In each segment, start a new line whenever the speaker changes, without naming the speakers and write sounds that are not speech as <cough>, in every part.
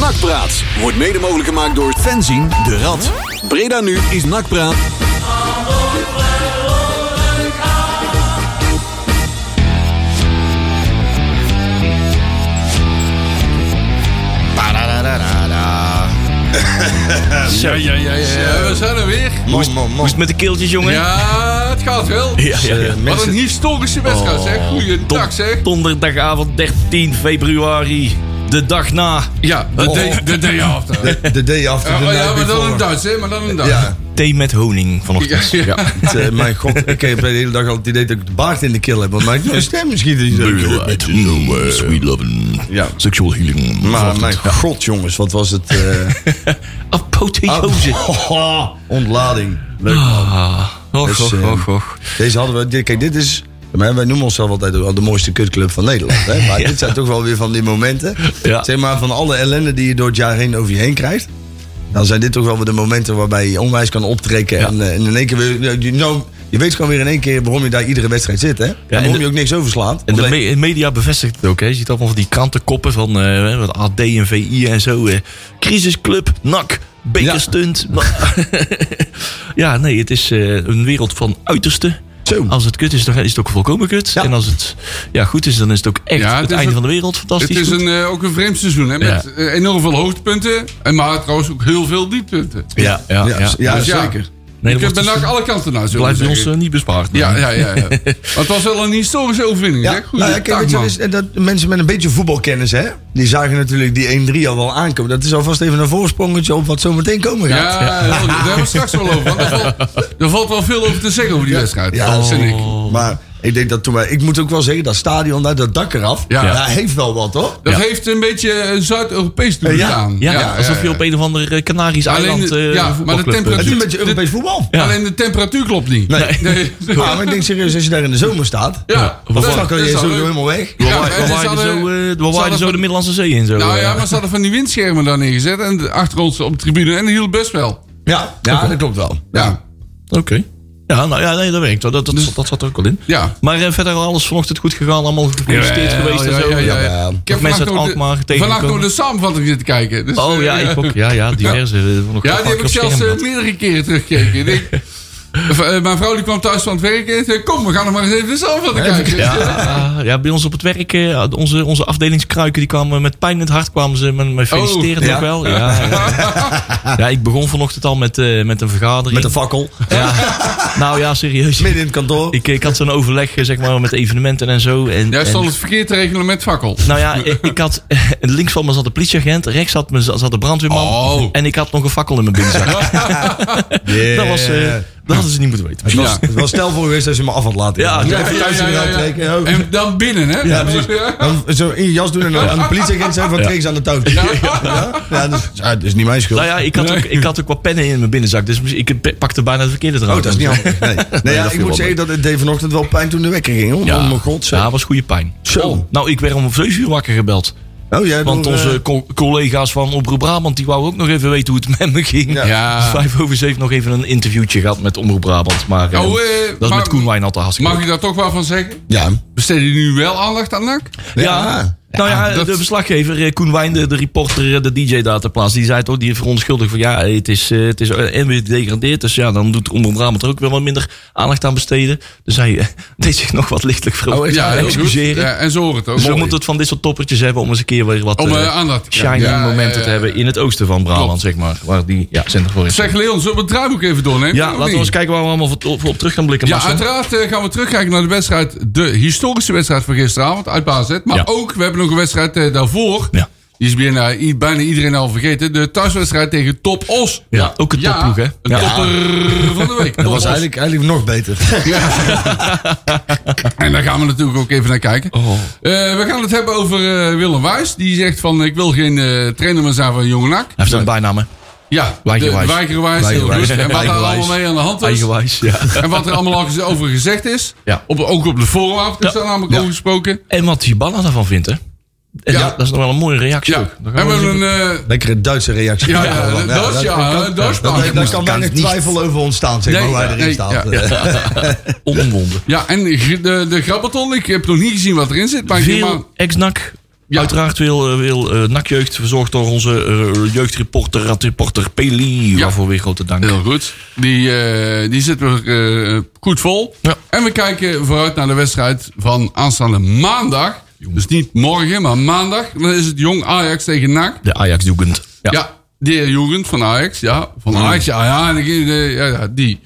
Nakpraat wordt mede mogelijk gemaakt door fanzine De Rad. Breda nu is Nakpraat.
Ja, ja, ja, ja, we zijn er weer.
Moest, moest met de keeltjes, jongen.
Ja, het gaat wel.
Ja, eh, ja, ja.
Wat een historische wedstrijd, zeg. Goeiedag, zeg.
Donderdagavond 13 februari. De dag na.
Ja, de day- de day after.
De day after
Oh. Ja,
the
maar
night
ja, maar dan
before.
een Duits, hè? Maar dan een Duits.
Ja,
Thee met honing
Ja,
vanochtend.
ja.
het, eh, mijn god, ik heb de hele dag al het idee dat ik de baard in de keel heb. Want mijn stem <laughs> misschien niet zo.
Sweet loving.
Ja.
Sexual healing.
Maar mijn god, jongens, wat was het? eh
Ah.
Apotheose.
Oh. <laughs> ontlading. Leuk man.
Ah. Och,
Dus,
och,
eh,
och, och.
Deze hadden we. dit- Kijk, dit is. Maar wij noemen onszelf altijd wel de mooiste kutclub van Nederland.
<laughs>
Hè? Maar dit zijn toch wel weer van die momenten.
Ja.
Zeg maar, van alle ellende die je door het jaar heen over je heen krijgt. Dan zijn dit toch wel weer de momenten waarbij je onwijs kan optrekken. En, eh, en in één keer weer. je- Nou, je weet gewoon weer in één keer waarom je daar iedere wedstrijd zit. Hè? en
en
waarom
de-
je ook niks overslaat.
En de
Omdat-
me- media bevestigt het ook. Hè. Je ziet allemaal van die krantenkoppen van eh, wat AD en VI en zo. eh. Crisisclub, NAC, bekerstunt. Ja. <laughs> ja, nee, het is eh, een wereld van uiterste.
Zo.
Als het kut is, dan is het ook volkomen kut.
Ja.
En als het ja, goed is, dan is het ook echt
Ja, het
het,
is
einde
ook-
van de wereld.
Het
Fantastisch
is
goed.
een, eh, ook een vreemd seizoen, hè? Met
Ja.
eh, enorm veel hoogtepunten. En maar trouwens ook heel veel dieptepunten.
Ja, ja, ja.
ja, ja,
Dus ja,
zeker.
Nee,
Je
dat
kunt
wordt
bijna
dus-
alle kanten naar zo.
blijft bij ons eh, niet bespaard. nee.
Ja, ja, ja. ja. maar het was wel een historische overwinning,
Ja,
zeg.
nou ja,
Goeiedag,
kijk, weet je,
man.
dus, eh, dat mensen met een beetje voetbalkennis, hè, die zagen natuurlijk die 1-3 al wel aankomen. Dat is alvast even een voorsprongetje op wat zo meteen komen gaat.
Ja, ja, daar hebben we het straks wel over. Want er valt, er valt wel veel over te zeggen over die wedstrijd.
Ja, Oh.
dat vind ik.
Maar ik denk dat toen wij, ik moet ook wel zeggen, dat stadion daar, dat dak eraf,
Ja.
dat heeft wel wat hoor.
Dat
Ja.
heeft een beetje eh, Zuid-Europees doen
Ja,
gaan.
Ja, alsof je op een of andere Canarische
Alleen de-
eiland... eh,
ja, maar de
voetbalclub, eh,
temperatuur-
Het is
dit-
een beetje
dit-
Europees voetbal.
Ja.
Alleen de temperatuur klopt niet.
Nee.
Nee.
Ja, maar ik denk serieus, als je daar in de zomer staat,
Ja,
we
dan
dat
kan je
is
zo
al leuk.
helemaal weg.
Ja,
doorwaaien-
en ze
doorwaaien
hadden-
zo, eh,
ze
doorwaaien
hadden
zo
van-
de Middellandse Zee en zo.
<laughs> Nou
eh.
ja, maar ze hadden van die windschermen daar neergezet. En achter ons op de tribune. En die hield best wel.
Ja, ja dat klopt wel.
Ja.
Oké. Ja, nou ja, nee, dat werkt. wel. Dat,
Dus-
dat, dat zat er ook al in.
Ja.
Maar eh, verder alles vanochtend goed gegaan. Allemaal gefeliciteerd
Ja,
geweest
ja,
en zo.
ja, ja, ja.
Ja.
Ik heb
Of mensen uit
vannacht nog
Alkmaar
de,
tegenkomen.
vannacht nog de samenvatting zitten kijken. Dus,
Oh ja,
eh,
ik ook. Ja, ja diverse. eh, vanochtend
Ja,
vaak
die heb
op
ik zelfs
scherm
eh,
gehad.
meerdere keren teruggekeken. Ik
<laughs>
denk, eh, eh, Mijn vrouw die kwam thuis van het werk en zei: Kom, we gaan nog maar eens even de samenvatting kijken.
Ja, ah, ja, bij ons op het werk, eh, onze, onze afdelingskruiken, die kwamen met pijn in het hart, kwamen ze me, me feliciteren
Oh,
nog wel. Ja,
<laughs>
ja. Ja, ik begon vanochtend al met, eh, met een vergadering.
Met de fakkel,
nou ja, <laughs> serieus.
midden in het kantoor.
Ik, ik had zo'n overleg, eh, zeg maar, met evenementen en zo. En,
Jij
en-
stond het verkeerd te regelen met fakkel.
Nou ja, ik, ik had <laughs> links van me zat de politieagent, rechts zat, me, zat de brandweerman.
Oh.
En ik had nog een fakkel in mijn
<laughs>
binnenzak.
Yeah.
Dat, was, eh, dat hadden ze niet moeten weten.
Het was,
Ja.
het was stel voor geweest dat ze me af had laten.
Ja,
Dus
ja,
even thuis in de raam trekken. oh.
En dan binnen, hè?
Ja, precies. Dan zo in je jas doen en dan aan de politieagent zijn van
Ja.
trekken ze aan de touwtjes. Ja, ja, dus, ja, dat is niet mijn schuld.
Nou ja, ik had, ook, ik had ook wat pennen in mijn binnenzak, dus ik pe- pakte bijna het verkeerde
Oh,
eruit.
dat is niet handig. Nee. Nee, ja,
dat viel
ik moet
wel
zeggen dat het deed vanochtend wel pijn toen de wekker ging. Hoor.
Ja.
Oh mijn god. zeg.
Ja, was goede pijn.
Zo.
Nou, ik werd om 7 uur wakker gebeld.
Oh, jij
Want
wil, eh,
onze co- collega's van Omroep Brabant, die wouden ook nog even weten hoe het <laughs> met me ging. Dus
Ja.
Ja.
Vijf over zeven nog even een interviewtje gehad met Omroep Brabant. Maar eh,
Oh, eh,
dat is
maar-
met Koen Wijnald al hartstikke
Mag
leuk.
ik daar toch wel van zeggen?
Ja.
Besteed je nu wel aandacht aan NAC?
Ja. Nou ja,
dat-
de verslaggever eh, Koen Wijn, de, de reporter, eh, de DJ-dataplaats, die zei toch, die verontschuldigd van ja, het is, eh, het is eh, en weer gedegradeerd, dus ja, dan doet Omroep Brabant er ook wel wat minder aandacht aan besteden. Dus hij eh, <laughs> deed zich nog wat lichtelijk vroeg. <laughs>
heel goed.
excuseren.
Oh, Ja, en zo hoort het ook.
Ze moeten het van dit soort toppertjes hebben om eens een keer weer wat
Om,
eh,
eh, aandacht te
shiny
krijgen. Ja, eh,
momenten
ja,
te
ja.
hebben in het oosten van Brabant, zeg maar, waar die ja, center voor is.
Zeg Leon, zullen we het draaiboek even doornemen?
ja,
Of
laten we
niet?
eens kijken waar we allemaal op, op, op terug gaan blikken.
Ja,
Marcel.
uiteraard eh, gaan we terugkijken naar de wedstrijd, de historische wedstrijd van gisteravond uit BAZ. Maar
Ja.
ook, we hebben nog een wedstrijd eh, daarvoor.
Ja.
Die is bijna, i- bijna iedereen al vergeten. De thuiswedstrijd tegen Top Os.
Ja, ook een topploeg, hè?
Een
Ja.
topper van de week.
Dat was eigenlijk, eigenlijk nog beter.
En daar gaan we natuurlijk ook even naar kijken.
Oh.
Eh, we gaan het hebben over eh, Willem Wijs. Die zegt van, ik wil geen eh, trainer meer zijn van Jonge NAC.
Hij heeft een bijnaam, hè?
Dus- Ja,
Weigerwijs.
Weigerwijs. heel
Weigerwijs.
goed. En wat daar allemaal mee aan de hand is.
Eigenwijs, ja.
En wat er allemaal al gez- over gezegd is.
Ja.
Op, ook op de vooravond is daar namelijk over gesproken.
En wat Hibana daarvan vindt, hè? En
Ja.
ja. Dat is nog wel een mooie reactie
Ja,
ook. Dan gaan we
hebben we
eens even-
een... eh,
Lekkere Duitse reactie.
Ja, ja, dat- dat- ja, dat- dat-
Daar
dat-
kan
kan
weinig
niet.
twijfel over ontstaan, zeg maar,
Nee,
waar
ja,
hij erin
nee,
staat.
ja.
Eh,
onomwonden.
ja, en de, de grabbaton, ik heb nog niet gezien wat erin zit. Maar ik neem
Veel
aan-
ex-NAC
Ja.
Uiteraard wil, eh, wil eh, NAC-jeugd, verzorgd door onze eh, jeugdreporter, radreporter Peli.
Ja.
Waarvoor weer grote dank.
Heel goed. Die, eh, die zitten we eh, goed vol.
Ja.
En we kijken vooruit naar de wedstrijd van aanstaande maandag. Dus niet morgen, maar maandag. Dan is het jong Ajax tegen NAC.
De Ajax-jugend. Ja.
Ja, de heer Jugend van Ajax. Ja, van Ajax. Ja, ja, en die- die- ja, ja, die.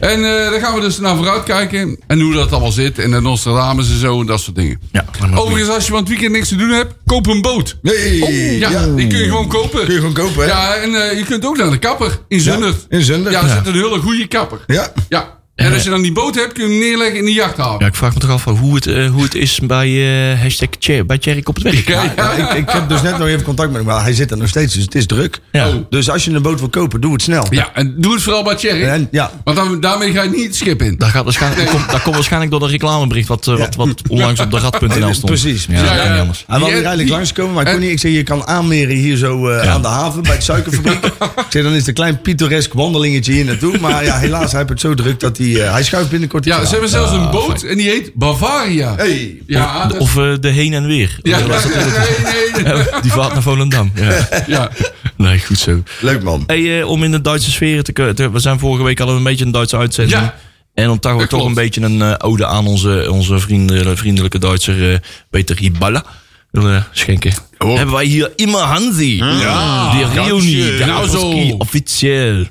En eh, daar gaan we dus naar vooruit kijken. En hoe dat allemaal zit. En de Nostradamus en zo en dat soort dingen.
Ja, maar maar-
Overigens, als je van het weekend niks te doen hebt, koop een boot. Oh,
Nee,
Ja, die kun je gewoon kopen.
Kun je gewoon kopen, hè?
Ja, en eh, je kunt ook naar de kapper in Zundert.
in Zundert,
Ja, er
ja.
zit een hele goede kapper.
Ja.
Ja. En als je dan die boot hebt, kun je hem neerleggen in de jachthaven.
Ja, ik vraag me toch af hoe het, eh, hoe het is bij eh, hashtag Tje- bij Tjerk op het werk.
Ja,
Ja, ik, ik heb dus net nog even contact met hem, maar hij zit er nog steeds, dus het is druk.
Ja.
Oh. Dus als je een boot wil kopen, doe het snel.
Ja, en doe het vooral bij Thierry.
En- ja.
Want dan, daarmee ga je niet het schip in.
Daar, gaat waarschijnlijk, komt, daar komt waarschijnlijk door de reclameberief wat, eh, wat, wat onlangs op de rad.nl stond.
Precies.
Ja,
Ja, ja,
ja,
ja.
anders.
Die-
Hij wilde hier eigenlijk
die-
langskomen, maar ik
en-
kon niet. Ik zei, je kan aanmeren hier zo eh, aan de haven bij het <laughs> suikerfabriek. ik zei, dan is het een klein pittoresk wandelingetje hier naartoe. Maar ja, helaas, hij heeft het zo druk dat hij... eh, hij schuift binnenkort
Ja,
iets
ze hebben zelfs een boot en die heet Bavaria.
Hey.
Ja, dat-
Of eh, de heen en weer.
ja,
Of, eh, was dat-
nee,
<laughs>
nee, nee.
Die vaart naar Volendam. Ja.
Ja.
Nee, goed zo.
Leuk man.
Hey, eh, om in de Duitse sfeer te, ke- te- We zijn vorige week al een beetje een Duitse uitzending.
Ja.
En dan toch,
Dat
toch
klopt.
een beetje een eh, ode aan onze, onze vrienden, vriendelijke Duitser eh, Peter Hiballa willen eh, schenken. Hebben wij hier immer Hansi. Ja, die
Hansje,
reunie. De
nou zo.
Autoski, officieel.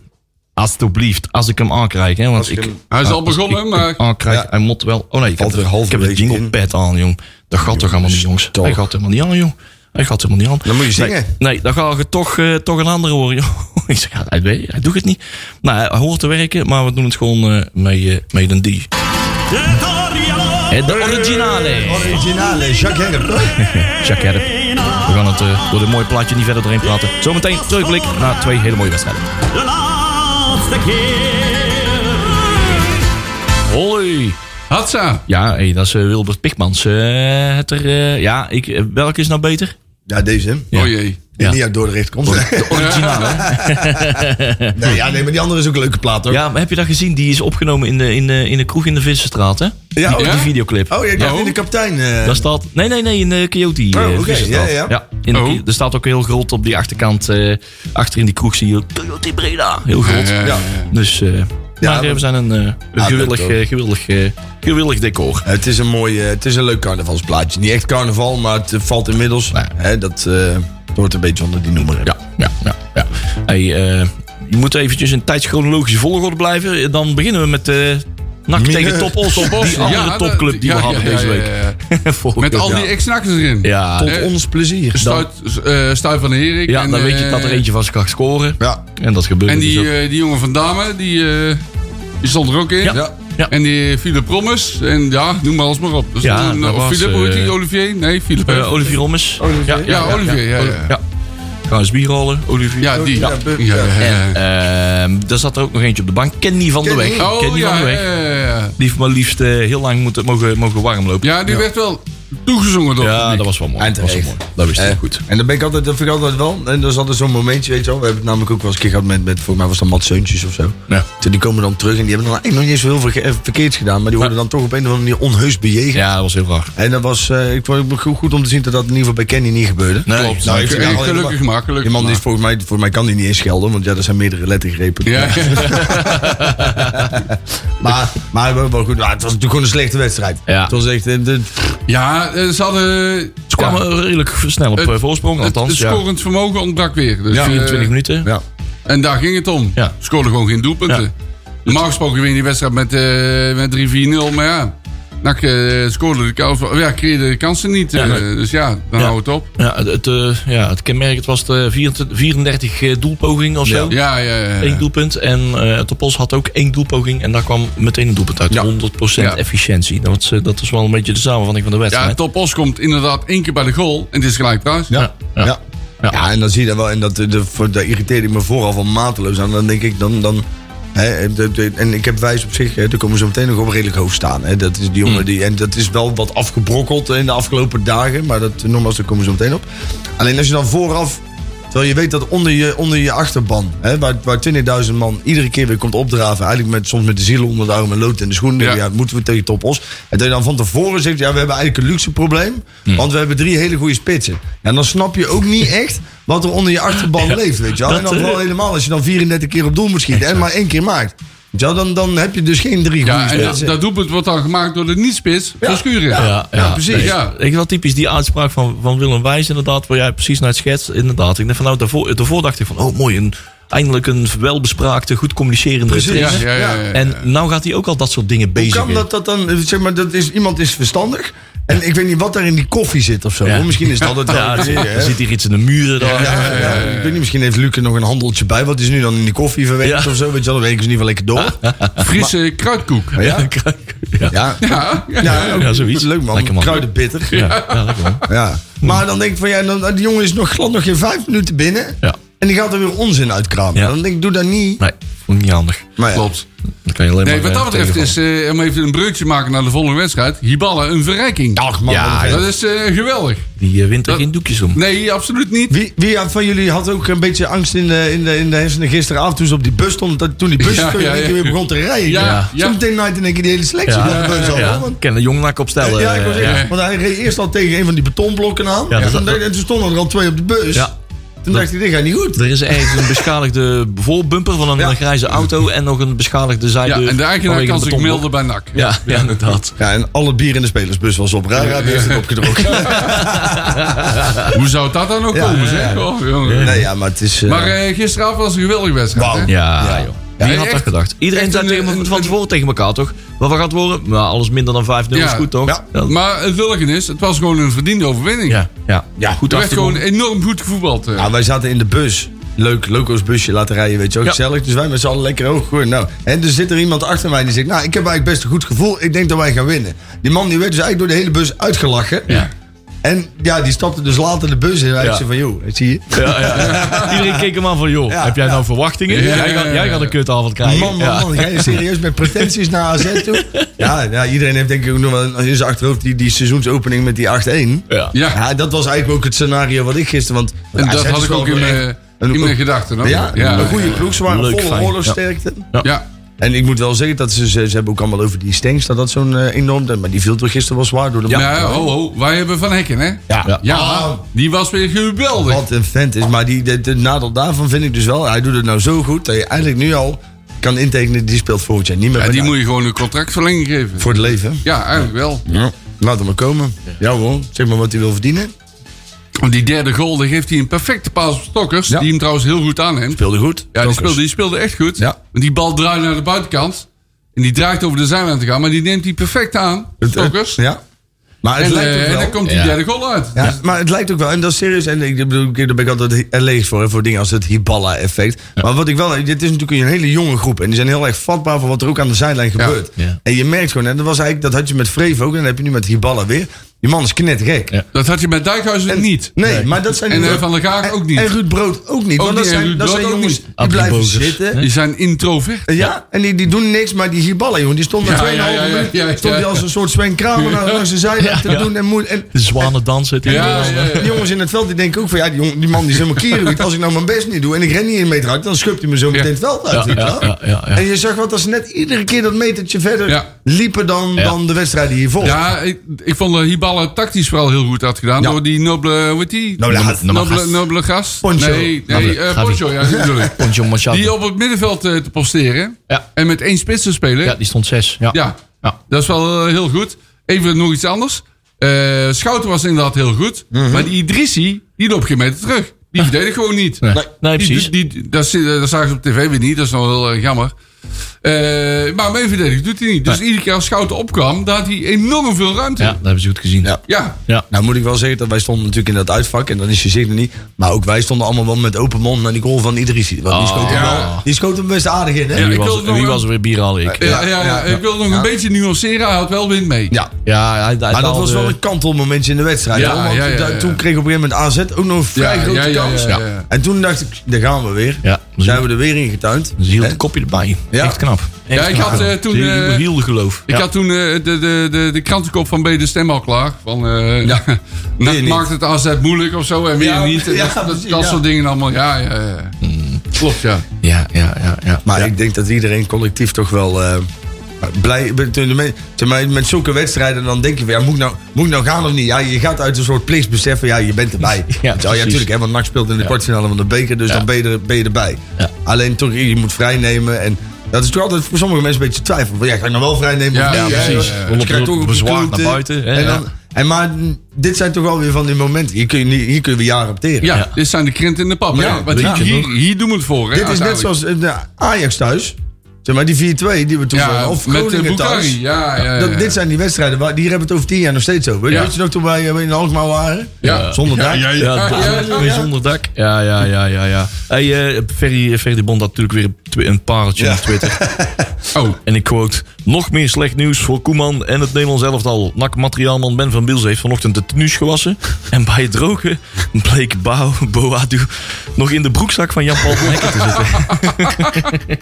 Alsjeblieft, als ik hem aankrijg. Hè, want Ah, ik,
Hij is al begonnen, maar...
aankrijg, hij moet wel... Oh nee, ik heb,
Valt er
de-
halverwege
ik heb het
in.
jinglepad aan, jong. Dat gaat toch allemaal niet, jongens.
Toch.
Hij gaat helemaal niet aan, jong. Hij gaat helemaal niet aan.
Dan moet je zingen.
Nee, nee, dan ga je toch, eh, toch een andere horen. joh. <laughs> ik zeg, ja, hij, weet- hij doet het niet. Nou, hij hoort te werken, maar we doen het gewoon eh met, eh, met een die. Eh, De originale.
Originale, Jacques Herp.
Jack Herp. We gaan het eh, door dit mooie plaatje niet verder doorheen praten. Zometeen terugblik naar twee hele mooie wedstrijden.
de laatste keer.
Hoi.
Hatsa.
Ja, hey, dat is eh, Wilbert Pikmans. eh, het er, eh, ja, ik, eh, welke is nou beter?
Ja, deze. hè? Die
Ja.
Oh jee.
Ja.
niet uit Dordrecht komt. <laughs> nee, ja, nee, maar die andere is ook een leuke plaat, hoor.
Ja, maar heb je dat gezien? Die is opgenomen in de, in de, in de kroeg in de Visserstraat, hè?
Ja,
die,
oh,
die
ja?
videoclip.
Oh, ja,
Oh.
de kapitein. eh,
Daar staat... Nee, nee, nee, in de Coyote. eh,
oké,
Visserstraat.
ja, ja.
in de,
Oh.
Er staat ook heel groot op die achterkant. eh, achter in die kroeg zie je Coyote Breda. Heel groot.
Eh,
Ja.
Dus... eh, maar eh, we zijn een, eh, een
leuk
gewillig,
ook.
eh, gewillig, eh, gewillig decor.
Het is een mooi, eh, het is een leuk carnavalsplaatje. Niet echt carnaval, maar het eh, valt inmiddels. Hè, dat eh, hoort een beetje onder die noemer.
Ja, ja, ja. ja. Hey, eh, je moet eventjes in tijdschronologische volgorde blijven. Dan beginnen we met... eh NAC
Mine-
tegen Top Os. Die andere
dat-
topclub die
ja,
we
ja,
hadden
ja,
deze
ja,
week.
ja.
Volgende
Met al
week. <laughs>
die ex-nakkers erin.
Ja,
Tot
Eh,
ons plezier.
Stuit, eh, Stuit van Herik.
ja
en,
dan weet je
eh,
dat er eentje van ze gaat scoren.
Ja.
En dat gebeurt
En die,
dus ook.
eh, die jongen van Damen, die, eh, die stond er ook in.
Ja. Ja.
En die eh, Philip Promes. En ja, noem maar alles maar op. Dus
Ja,
een-
dat
of
was,
Philip, hoe heet die?
eh,
Olivier? Nee, Philip.
Eh, Olivier Rommers. Ja, ja,
ja, Olivier. Ja, ja.
ja. Gaan eens bier halen, Olivier.
Ja, die.
Ja.
Ja, ja, ja.
En ehm, daar zat er ook nog eentje op de bank. Kenny van der
Kenny.
Weg.
Oh,
Kenny
ja,
van der
ja,
Weg.
ja, ja.
Die heeft maar liefst eh, heel lang moeten, mogen, mogen warmlopen.
Ja, die werd wel toegezongen door
Ja,
publiek.
dat was wel mooi.
En
Dat was wel mooi.
terecht.
Dat wist hij
Eh,
goed.
En dan ben ik altijd, dat vind ik altijd wel. En dat is altijd zo'n momentje, weet je wel. We hebben het namelijk ook wel eens een keer gehad met, met volgens mij was dat Mats Zeuntjes of zo.
Ja.
Toen die komen dan terug en die hebben dan eigenlijk nog niet zo heel verge- eh, verkeerd gedaan. Maar die worden dan toch op een of andere manier onheus bejegend.
ja, dat was heel raar.
En dat was, eh, ik vond het goed, goed om te zien dat dat in ieder geval bij Kenny niet gebeurde.
Nee,
Klopt.
Nou,
Nou,
heeft hij daar al
gelukkig
helemaal-
maar, gelukkig
Die man is
maar.
volgens mij, voor mij kan die niet eens schelden, want ja, dat zijn meerdere lettergrepen.
Ja,
Maar, maar we hebben wel goed, maar het was natuurlijk gewoon een slechte wedstrijd.
Ja.
Het was echt, eh, de-
<laughs> ja eh, ze hadden...
Ze kwamen redelijk snel op
Het-
eh, voorsprong,
het, het
althans. ja.
scorend vermogen ontbrak weer. Dus, eh,
24 minuten.
ja.
En daar ging het om.
Ja.
Scoorden gewoon geen doelpunten. Normaal gesproken win je die wedstrijd met, eh, met 3-4-0. Maar ja, NAC eh, scoorde de kansen, ja, creëerde de kansen niet. eh,
Ja, nee.
Dus ja, dan
Ja.
houdt het op.
Ja, het, het, eh, ja, het kenmerkend was de 24, 34 eh, doelpogingen of zo.
Ja, ja, ja.
Eén
ja.
doelpunt. En eh Topos had ook één doelpoging. En daar kwam meteen een doelpunt uit.
Ja.
100%
Ja.
efficiëntie. Dat, was, eh, dat is wel een beetje de samenvatting van de
Ja,
wedstrijd.
Top Os komt inderdaad één keer bij de goal. En het is gelijk thuis.
Ja.
Ja.
Ja.
Ja.
Ja. en dan zie je dat wel. En dat, eh, de, voor- daar irriteerde ik me vooral van mateloos aan. Dan denk ik, dan... dan hè, eh, de- de- en ik heb wijs op zich, hè, daar komen we zo meteen nog op redelijk hoog staan. Hè. Dat is die jongen die, en dat is wel wat afgebrokkeld in de afgelopen dagen. Maar dat, nogmaals, daar komen we zo meteen op. Alleen als je dan vooraf Terwijl je weet dat onder je, onder je achterban, hè, waar, waar 20.000 man iedere keer weer komt opdraven. Eigenlijk met, soms met de ziel onder de arm en lood en de schoenen.
Ja.
Ja. moeten we tegen Top Os. En dat je dan van tevoren zegt, ja, we hebben eigenlijk een luxe probleem.
Hm.
Want we hebben drie hele goede spitsen. En dan snap je ook niet echt wat er onder je
<laughs>
achterban leeft, weet je wel. En
dat,
dan
eh,
vooral helemaal als je dan 34 keer op doel moet schieten en maar één keer maakt. Weet je wel, dan, dan heb je dus geen drie goede
Ja, en dat,
spitsen.
dat doelpunt wordt dan gemaakt door de niet-spits van Schuren.
Ja, ja,
precies.
nee.
Ja.
Ik wel typisch die uitspraak van, van Willem Wijs, inderdaad, waar jij precies naar het schetst. Inderdaad, ik dacht van nou, daarvoor, daarvoor dacht ik van, oh mooi, een, eindelijk een welbespraakte, goed communicerende
Ja,
trainer.
ja, ja, ja.
En nou gaat hij ook al dat soort dingen
Hoe
bezig.
kan dat dat dan, eh, zeg maar, dat is, iemand is verstandig. En ik weet niet wat daar in die koffie zit of zo.
Ja.
hoor. Misschien is
<laughs>
dat het
nou
wel.
Ja, er zit,
Ja,
er zit hier iets in de muren. Daar.
ja, ja, Ik weet niet, misschien heeft Luc er nog een handeltje bij. Wat is nu dan in die koffie verwerkt
Ja.
of zo? Weet je wel, dan weet ik ze niet wel lekker door.
Frisse kruidkoek.
Maar ja,
ja.
ja.
Ja, ja.
Ja, ook
Ja, zoiets.
Leuk man.
Lekker man.
Kruidenbitter. Ja.
Ja, ja, lekker, man.
Maar dan denk ik van ja, dan, die jongen is nog glad nog geen vijf minuten binnen.
Ja.
En die gaat er weer onzin uitkramen.
Ja.
Dan denk ik, doe dat niet.
Nee, vond ik niet handig.
Maar ja.
Klopt.
Dan kan je alleen
Nee,
maar,
wat dat
eh,
betreft
tegenvallen.
is, eh, om even een breukje te maken naar de volgende wedstrijd, Hiballa een verrijking.
Ach, man, wat
ja,
een vet.
dat is eh, geweldig.
Die eh, wint er
dat-
geen doekjes om.
Nee, absoluut niet.
Wie, wie van jullie had ook een beetje angst in de, in de, in de hersenen gisteravond toen ze op die bus stonden? Dat, toen die bus
Ja,
toen
ja,
in één keer
ja.
weer begon te rijden.
Ja, ja.
Zometeen night in één keer die hele selectie van de bus al. hoor, want-
Ik ken de jongnak opstellen.
Ja, ik was
eh,
zeggen,
ja.
want hij reed eerst al tegen een van die betonblokken aan.
Ja,
en,
dat-
toen, en toen stonden er al twee op de bus.
Ja.
Toen dacht ik, dit gaat niet goed.
Er is ergens een beschadigde voorbumper van een
Ja.
grijze auto en nog een beschadigde
Ja,
zijdeur.
dus
en de eigenaar
vanwege
kan
de
zich
betonblok.
melden bij NAC.
Ja, ja, inderdaad.
Ja, en alle bier in de spelersbus was op. Rara heeft het opgedronken.
Hoe zou dat dan ook
Ja,
komen,
ja,
zeg?
ja.
Oh, jongen.
Nee, ja, maar het is... eh,
Maar eh, gisteravond was een geweldige wedstrijd.
Wauw.
hè?
Ja,
Ja.
joh. Wie
Ja,
had dat
echt-
gedacht? Iedereen
echt
zei
een, eh,
tegen me
een-
van tevoren tegen elkaar, toch? Wat we gaat worden? Nou, alles minder dan 5-0 is
Ja.
goed, toch?
Ja.
Dat-
Maar het lullige is, het was gewoon een verdiende overwinning.
ja, ja. goed
Er werd gewoon
achtergrond.
enorm goed gevoetbald. eh.
ja, wij zaten in de bus. Leuk, Loco's busje laten rijden, weet je ook
Ja.
gezellig. Dus wij met z'n allen lekker hoog. Goed, nou. En er zit er iemand achter mij die zegt... Nou, ik heb eigenlijk best een goed gevoel. Ik denk dat wij gaan winnen. Die man die werd dus eigenlijk door de hele bus uitgelachen.
Ja.
En ja, die stapte dus later de bus in. En hij
Ja.
zei van, joh, zie je?
Ja, ja, ja. Iedereen keek hem aan van, joh,
Ja,
heb jij nou verwachtingen?
Ja,
jij, gaat,
ja,
jij
ja.
gaat een kutavond krijgen.
Man, man,
Ja.
man, ga je serieus met pretenties naar AZ
<laughs>
toe? Ja, ja, iedereen heeft denk ik ook nog wel in zijn achterhoofd die, die seizoensopening met die 8-1.
Ja.
Ja.
Ja, dat was eigenlijk ook het scenario wat ik gisteren... Want
En
AZ
dat
is
had ik
wel
ook in
weer echt
mijn,
een-
in mijn gedachten. hoor.
Ja, een goede ploeg. Ze waren
Leuk,
volle
fijn.
oorlogssterkte.
Ja.
En ik moet wel zeggen dat ze, ze, ze hebben ook allemaal over die Stengs dat dat zo'n eh, enorm... Maar die viel toch gisteren wel zwaar door de
Ja, ho, ho. Wij hebben Van Hekken, hè?
Ja. Oh.
Ja, die was weer geweldig.
Wat een vent is. Maar die, de, de nadeel daarvan vind ik dus wel... Hij doet het nou zo goed dat je eigenlijk nu al kan intekenen... Die speelt volgend jaar niet meer
Ja,
bij
die
NAC.
moet je gewoon een contractverlenging geven.
Voor het leven.
Ja, eigenlijk wel.
Laat hem maar komen. Ja hoor, zeg maar wat hij wil verdienen.
Want die derde goal, daar geeft hij een perfecte paas op Stokkers.
Ja.
Die hem trouwens heel goed aanneemt.
Speelde goed.
Ja, die
Knokkers.
speelde, die speelde echt goed.
Ja.
Want die bal draait naar de buitenkant. En die draait over de zijlijn te gaan. Maar die neemt hij perfect aan.
Het- het-
Stokkers.
Ja. Maar het
En,
lijkt
eh,
ook
en
wel.
dan komt die
Ja.
derde goal uit.
Ja, maar het lijkt ook wel, en dat is serieus, en ik bedoel, ik- daar ben ik altijd he- allergisch voor, hè, voor dingen als het Hiballa-effect. Maar wat ik wel, dit is natuurlijk een hele jonge groep, en die zijn heel erg vatbaar voor wat er ook aan de zijlijn
Ja.
gebeurt.
Ja.
En je merkt gewoon, en dat, was eigenlijk, dat had je met Frevo ook, en dat heb je nu met Hiballa weer. Die man is knettergek.
Ja.
Dat had je bij Dijkhuizen
En-
niet.
Nee, maar dat zijn...
En,
die-
eh, Van der Gaag
en-
ook niet.
En Ruud Brood ook niet.
Ook
want dat
niet, en
zijn,
Ruud
dat
Brood
zijn
ook
jongens
niet.
die blijven
Abdibogers.
zitten.
Die zijn introvert.
Ja, en die, die doen niks, maar die Hiballa, jongen, die stond na
Ja,
2,5
ja, ja, ja,
minuten,
ja, ja.
stond die als een soort Sven Kramer naar langs de zijlijn te
Ja.
doen en moe- en
De zwanen dansen. tegen de
Ja,
zwanen.
ja, ja.
Die jongens in het veld die denken ook van ja, die, jong- die man die is helemaal kierenwiet. Als ik nou mijn best niet doe en ik ren niet een meter uit, dan schubt hij me zo meteen het veld uit.
Ja,
weet je wel?
ja, ja, ja, ja.
En je zag wat als ze net iedere keer dat metertje verder
Ja.
liepen dan,
Ja.
dan de wedstrijden hiervoor.
Ja, ik, ik vond eh, Hiballa tactisch vooral heel goed had gedaan.
Ja.
Door die nobele, hoe heet die?
Nobele gast.
Nobele, nobele gast.
Poncho.
Nee, nee
Nobele
eh,
Gavi.
Poncho, ja,
<laughs>
natuurlijk.
Poncho Machado.
Die op het middenveld eh, te posteren.
Ja.
En met één spits te spelen.
Ja,
Ja,
die stond 6. Ja. Ja.
dat is wel eh, heel goed. Even nog iets anders. Eh, Schouten was inderdaad heel goed. Maar die Idrissi, die loopt geen meter terug. Die verdedigt gewoon niet.
Ah. Nee. Nee, precies.
Die, die- dat, zie- dat zagen ze op tv weer niet. Dat is nog wel eh, jammer. Eh, maar mee verdedigen doet hij niet. Dus iedere keer als Schouten opkwam, daar had hij enorm veel ruimte.
Ja, dat hebben ze goed gezien.
Ja.
ja.
Ja.
Nou moet ik wel zeggen dat wij stonden natuurlijk in dat uitvak en dan is je zeker niet. Maar ook wij stonden allemaal wel met open mond naar die goal van Idrissi. Want die,
Oh.
schoot hem
Ja.
wel, die schoot hem best aardig in hè?
Ja.
Wie,
ik
was,
wil nog
wie
een-
was er weer bierhal? Ik.
Ja, ja, ja, ik wil nog een beetje nuanceren. Hij had wel wind mee.
Ja.
Ja, hij, hij
Maar dat
daalde-
was wel een kantelmomentje in de wedstrijd.
Ja,
hoor, want
ja, ja,
da-
ja.
Toen kreeg op een gegeven moment AZ ook nog een vrij
Ja,
grote
ja, ja, ja,
kans.
ja, ja.
En toen dacht ik, daar gaan we weer.
Ja.
Zijn we er weer in getuind.
Dus hij hield
Hè?
een kopje erbij.
Ja.
Echt knap. Echt
Ja, ik
knap.
had, eh, toen,
Die
eh,
hielden geloof.
Ik
Ja.
had toen eh, de, de, de, de krantenkop van B. de Stem al klaar. Van, eh <laughs>
Weer niet.
maakt het AZ moeilijk of zo en weer
Ja,
niet. En
ja,
dat dat,
precies,
dat
ja. Hmm.
soort dingen allemaal. Ja, ja, ja. Klopt, ja.
Ja, ja, ja. ja.
Maar
ja.
ik denk dat iedereen collectief toch wel eh, blij... be- te- de me- te- maar Met zulke wedstrijden dan denk je van... Ja, moet, ik nou, moet ik nou gaan of niet? Ja, je gaat uit een soort plichtsbesef van... Ja, je
<laughs>
bent erbij.
Ja,
Ja, ja
precies.
natuurlijk. Hè, want NAC speelt in de kwartfinale van de beker. Dus
Ja.
dan ben je, er- ben je erbij.
Ja.
Alleen toch, je moet vrijnemen. En dat is toch altijd voor sommige mensen een beetje twijfel. Van, ja, ga ik nou wel vrijnemen
Ja,
of
ja,
niet? hè?
precies.
Want
Ja,
je
Roll op-
krijgt toch op je
bezwaar
kloten.
naar buiten, hè,
En dan,
ja.
en maar mm, dit zijn toch wel weer van die momenten. Hier kun je, niet- hier kun je weer jaren opteren.
Ja,
Ja.
dit zijn de krenten in de pap.
Ja,
hè? Want
ja.
hier, hier, hier doen we het voor. Hè,
Dit is net
uiteindelijk.
zoals eh, de Ajax thuis. Zeg maar, die 4-2 die we toen
Ja,
wonnen. Of
met de
Groningen thuis. Nou,
Bukari. Ja, ja, ja.
Dat, dit zijn die wedstrijden, waar, die hebben het over tien jaar nog steeds over.
Ja.
Weet je nog toen wij eh, in Alkmaar waren?
Ja.
Zonder dak.
Ja, ja,
Ja,
ja,
ja,
ja, ja.
<laughs> zonder dak. Ja, ja, ja, ja. ja. Hey, eh Ferry, eh, Ferry de Bond had natuurlijk weer een twi- een pareltje op <laughs> Twitter.
Oh,
En ik quote, nog meer slecht nieuws voor Koeman en het Nederlands elftal. Nak materiaalman Ben van Biels heeft vanochtend de tenues gewassen. En bij het drogen bleek Bao, Boadu nog in de broekzak van Jan-Paul van Hekken te
<laughs>
zitten.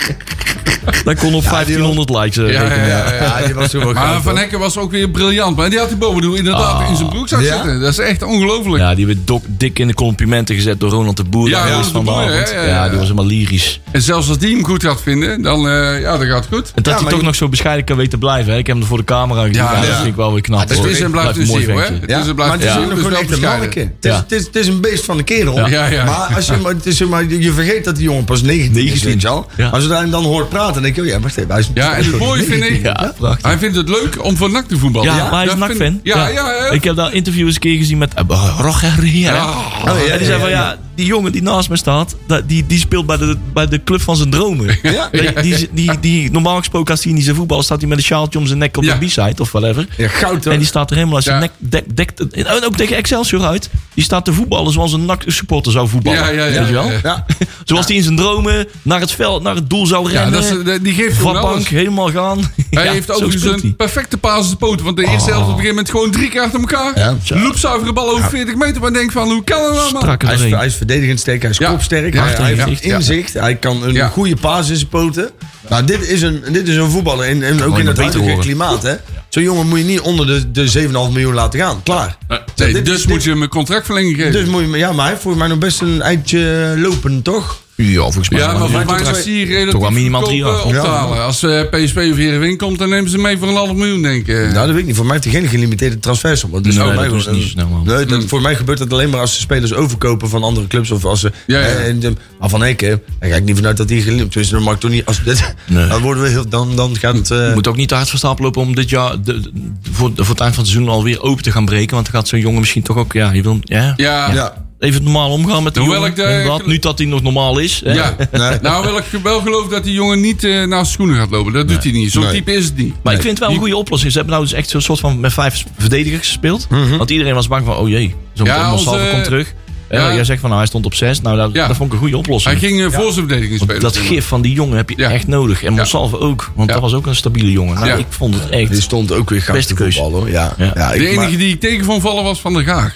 Dat kon op 1500 likes eh,
ja, ja,
rekenen.
ja, ja.
Ja, die was toen wel
Maar
gaaf,
Van
hoor. Ah.
Hekken was ook weer briljant. Maar die had die bovendoel inderdaad in zijn broekzak
Ja?
zitten. Dat is echt ongelooflijk.
Ja, die werd dok- dik in de complimenten gezet door Ronald de Boer.
Ja,
de
Ronald
rest van
de
de
Boer,
avond.
hè, ja,
Ja,
ja, ja.
die was helemaal lyrisch.
En zelfs als die hem goed gaat vinden, dan, eh, ja, dan gaat het goed.
En dat
Ja,
hij
maar
toch
je-
nog zo bescheiden kan weten blijven. Hè? Ik heb hem voor de camera gezien.
Ja,
Ja,
ja.
Dat vind ik wel weer knap.
Het
hoor.
is en blijft
Blijft
een
mooi
ziel, hè?
ventje.
Het is en blijft
maar het is
een
ook
ziel,
nog
dus
gewoon
wel
echt een manneke.
bescheiden.
Het is,
Ja.
het, is, het is een beest van een kerel.
Ja, ja.
Maar, als je, maar, het is, maar je vergeet dat die jongen pas 19 is,
19.
weet je al.
Ja.
Als je hem dan hoort praten, dan denk je... Oh ja, wacht even, hij is
Ja,
<laughs>
en het mooie vind ik...
Ja, prachtig.
Hij vindt het leuk om voor NAC te voetballen.
Ja, maar hij is een
Dat
NAC-fan.
vind- Ja, ja, hè?
Ik heb dat interview eens een keer gezien met eh, Roger Riera.
Ja.
ja,
en die zei
ja,
van, ja, die jongen die naast me staat, dat- die, die speelt bij de, bij de club van zijn dromen.
Ja.
Die, die, die, die- normaal gesproken, als hij niet zijn voetbal staat hij met een sjaaltje om zijn nek op
Ja.
de b-side of whatever.
Ja, goud hoor.
En die staat er helemaal als zijn
Ja.
nek dekt. dekt en ook tegen Excelsior uit. Die staat te voetballen zoals een NAC-supporter zou voetballen.
Ja, ja, ja.
Weet je wel?
Ja.
Ja.
<laughs> Zoals hij in zijn dromen naar het veld, naar het doel zou
Ja,
rennen.
dat is, die geeft
Van
gewoon
bank,
alles.
helemaal gaan.
Hij
eh, <laughs> Ja,
heeft
zo
overigens
speelt
een
hij. Oh.
perfecte paas op de poten. Want de eerste helft op een gegeven moment gewoon drie keer achter elkaar.
Ja.
Zo. Loepzuivere bal over 40 meter. Maar denk van, hoe kan dat nou, man?
Strak
Hij is,
erin.
hij is verdedigend sterk, hij is
Ja.
kopsterk,
Ja,
hij, hij
ja.
heeft
Ja.
inzicht, hij kan een
Ja.
goede paas in zijn poten. Nou, dit is een, dit is een voetballer en, en ook
je
in het
beter
huidige
horen.
klimaat. hè. Zo'n jongen moet je niet onder de, de 7,5 miljoen laten gaan. Klaar.
Nee,
Dit-
dus
dit-
moet je hem een contractverlenging geven.
Dus moet je, ja, maar hij heeft volgens mij nog best een eindje lopen, toch?
Ja, volgens mij.
ja, maar
wel.
volgens mij is
contract-
die relatief
Toch wel minimaal
goedkoop,
drie jaar.
eh, op te
Ja.
halen. Als eh, PSV of Heerenveen komt, dan nemen ze hem mee voor een half miljoen, denk ik.
Nou, dat weet ik niet. Voor mij heeft hij geen gelimiteerde transfersom. want Dus
Nee,
voor
dat
mij
is niet zo snel, man.
Nee,
Hmm.
dat- voor mij gebeurt dat alleen maar als ze spelers overkopen van andere clubs. Of als ze.
Ja, ja.
eh, en de- maar van Hekken, daar ga ik niet vanuit dat hij gelimiteerd is. Dan mag ik toch niet. Als, dit,
Nee.
dan, worden we heel, dan, dan gaat het. eh,
Je moet ook niet te hard van stapel lopen om dit jaar de, de- voor, voor het eind van het seizoen alweer open te gaan breken. Want dan gaat zo'n jongen misschien toch ook. Ja, je wil, ja,
Ja, ja.
ja.
even normaal omgaan met de
Hoewel
jongen.
ik de-
Inderdaad, nu dat hij nog normaal is. hè. <laughs>
Nee.
<laughs> Nou, wil ik wel geloof dat die jongen niet eh naar zijn schoenen gaat lopen. Dat doet hij niet. Zo'n
Nee.
type is het niet.
Maar ik vind het wel een goede oplossing. Ze hebben nou dus echt zo'n soort van met vijf verdedigers gespeeld. Want iedereen was bang van, oh jee, zo'n
Ja,
ja,
onze-
komt terug.
Ja.
Ja. Jij zegt van, nou, hij stond op zes. Nou, dat,
Ja.
dat vond ik een goede oplossing.
Hij ging eh, voor zijn verdediging
Want
spelen.
dat
zeg maar.
gif van die jongen heb je
Ja.
echt nodig. En Monsalve ook. Want
Ja.
dat was ook een stabiele jongen. Nou,
Ja.
Ik vond het echt.
Die stond ook weer goud
Beste
te
keus.
voetballen, hoor. Ja.
Ja.
Ja, ik-
De enige
maar-
die ik tegen vond vallen was Van der Gaag.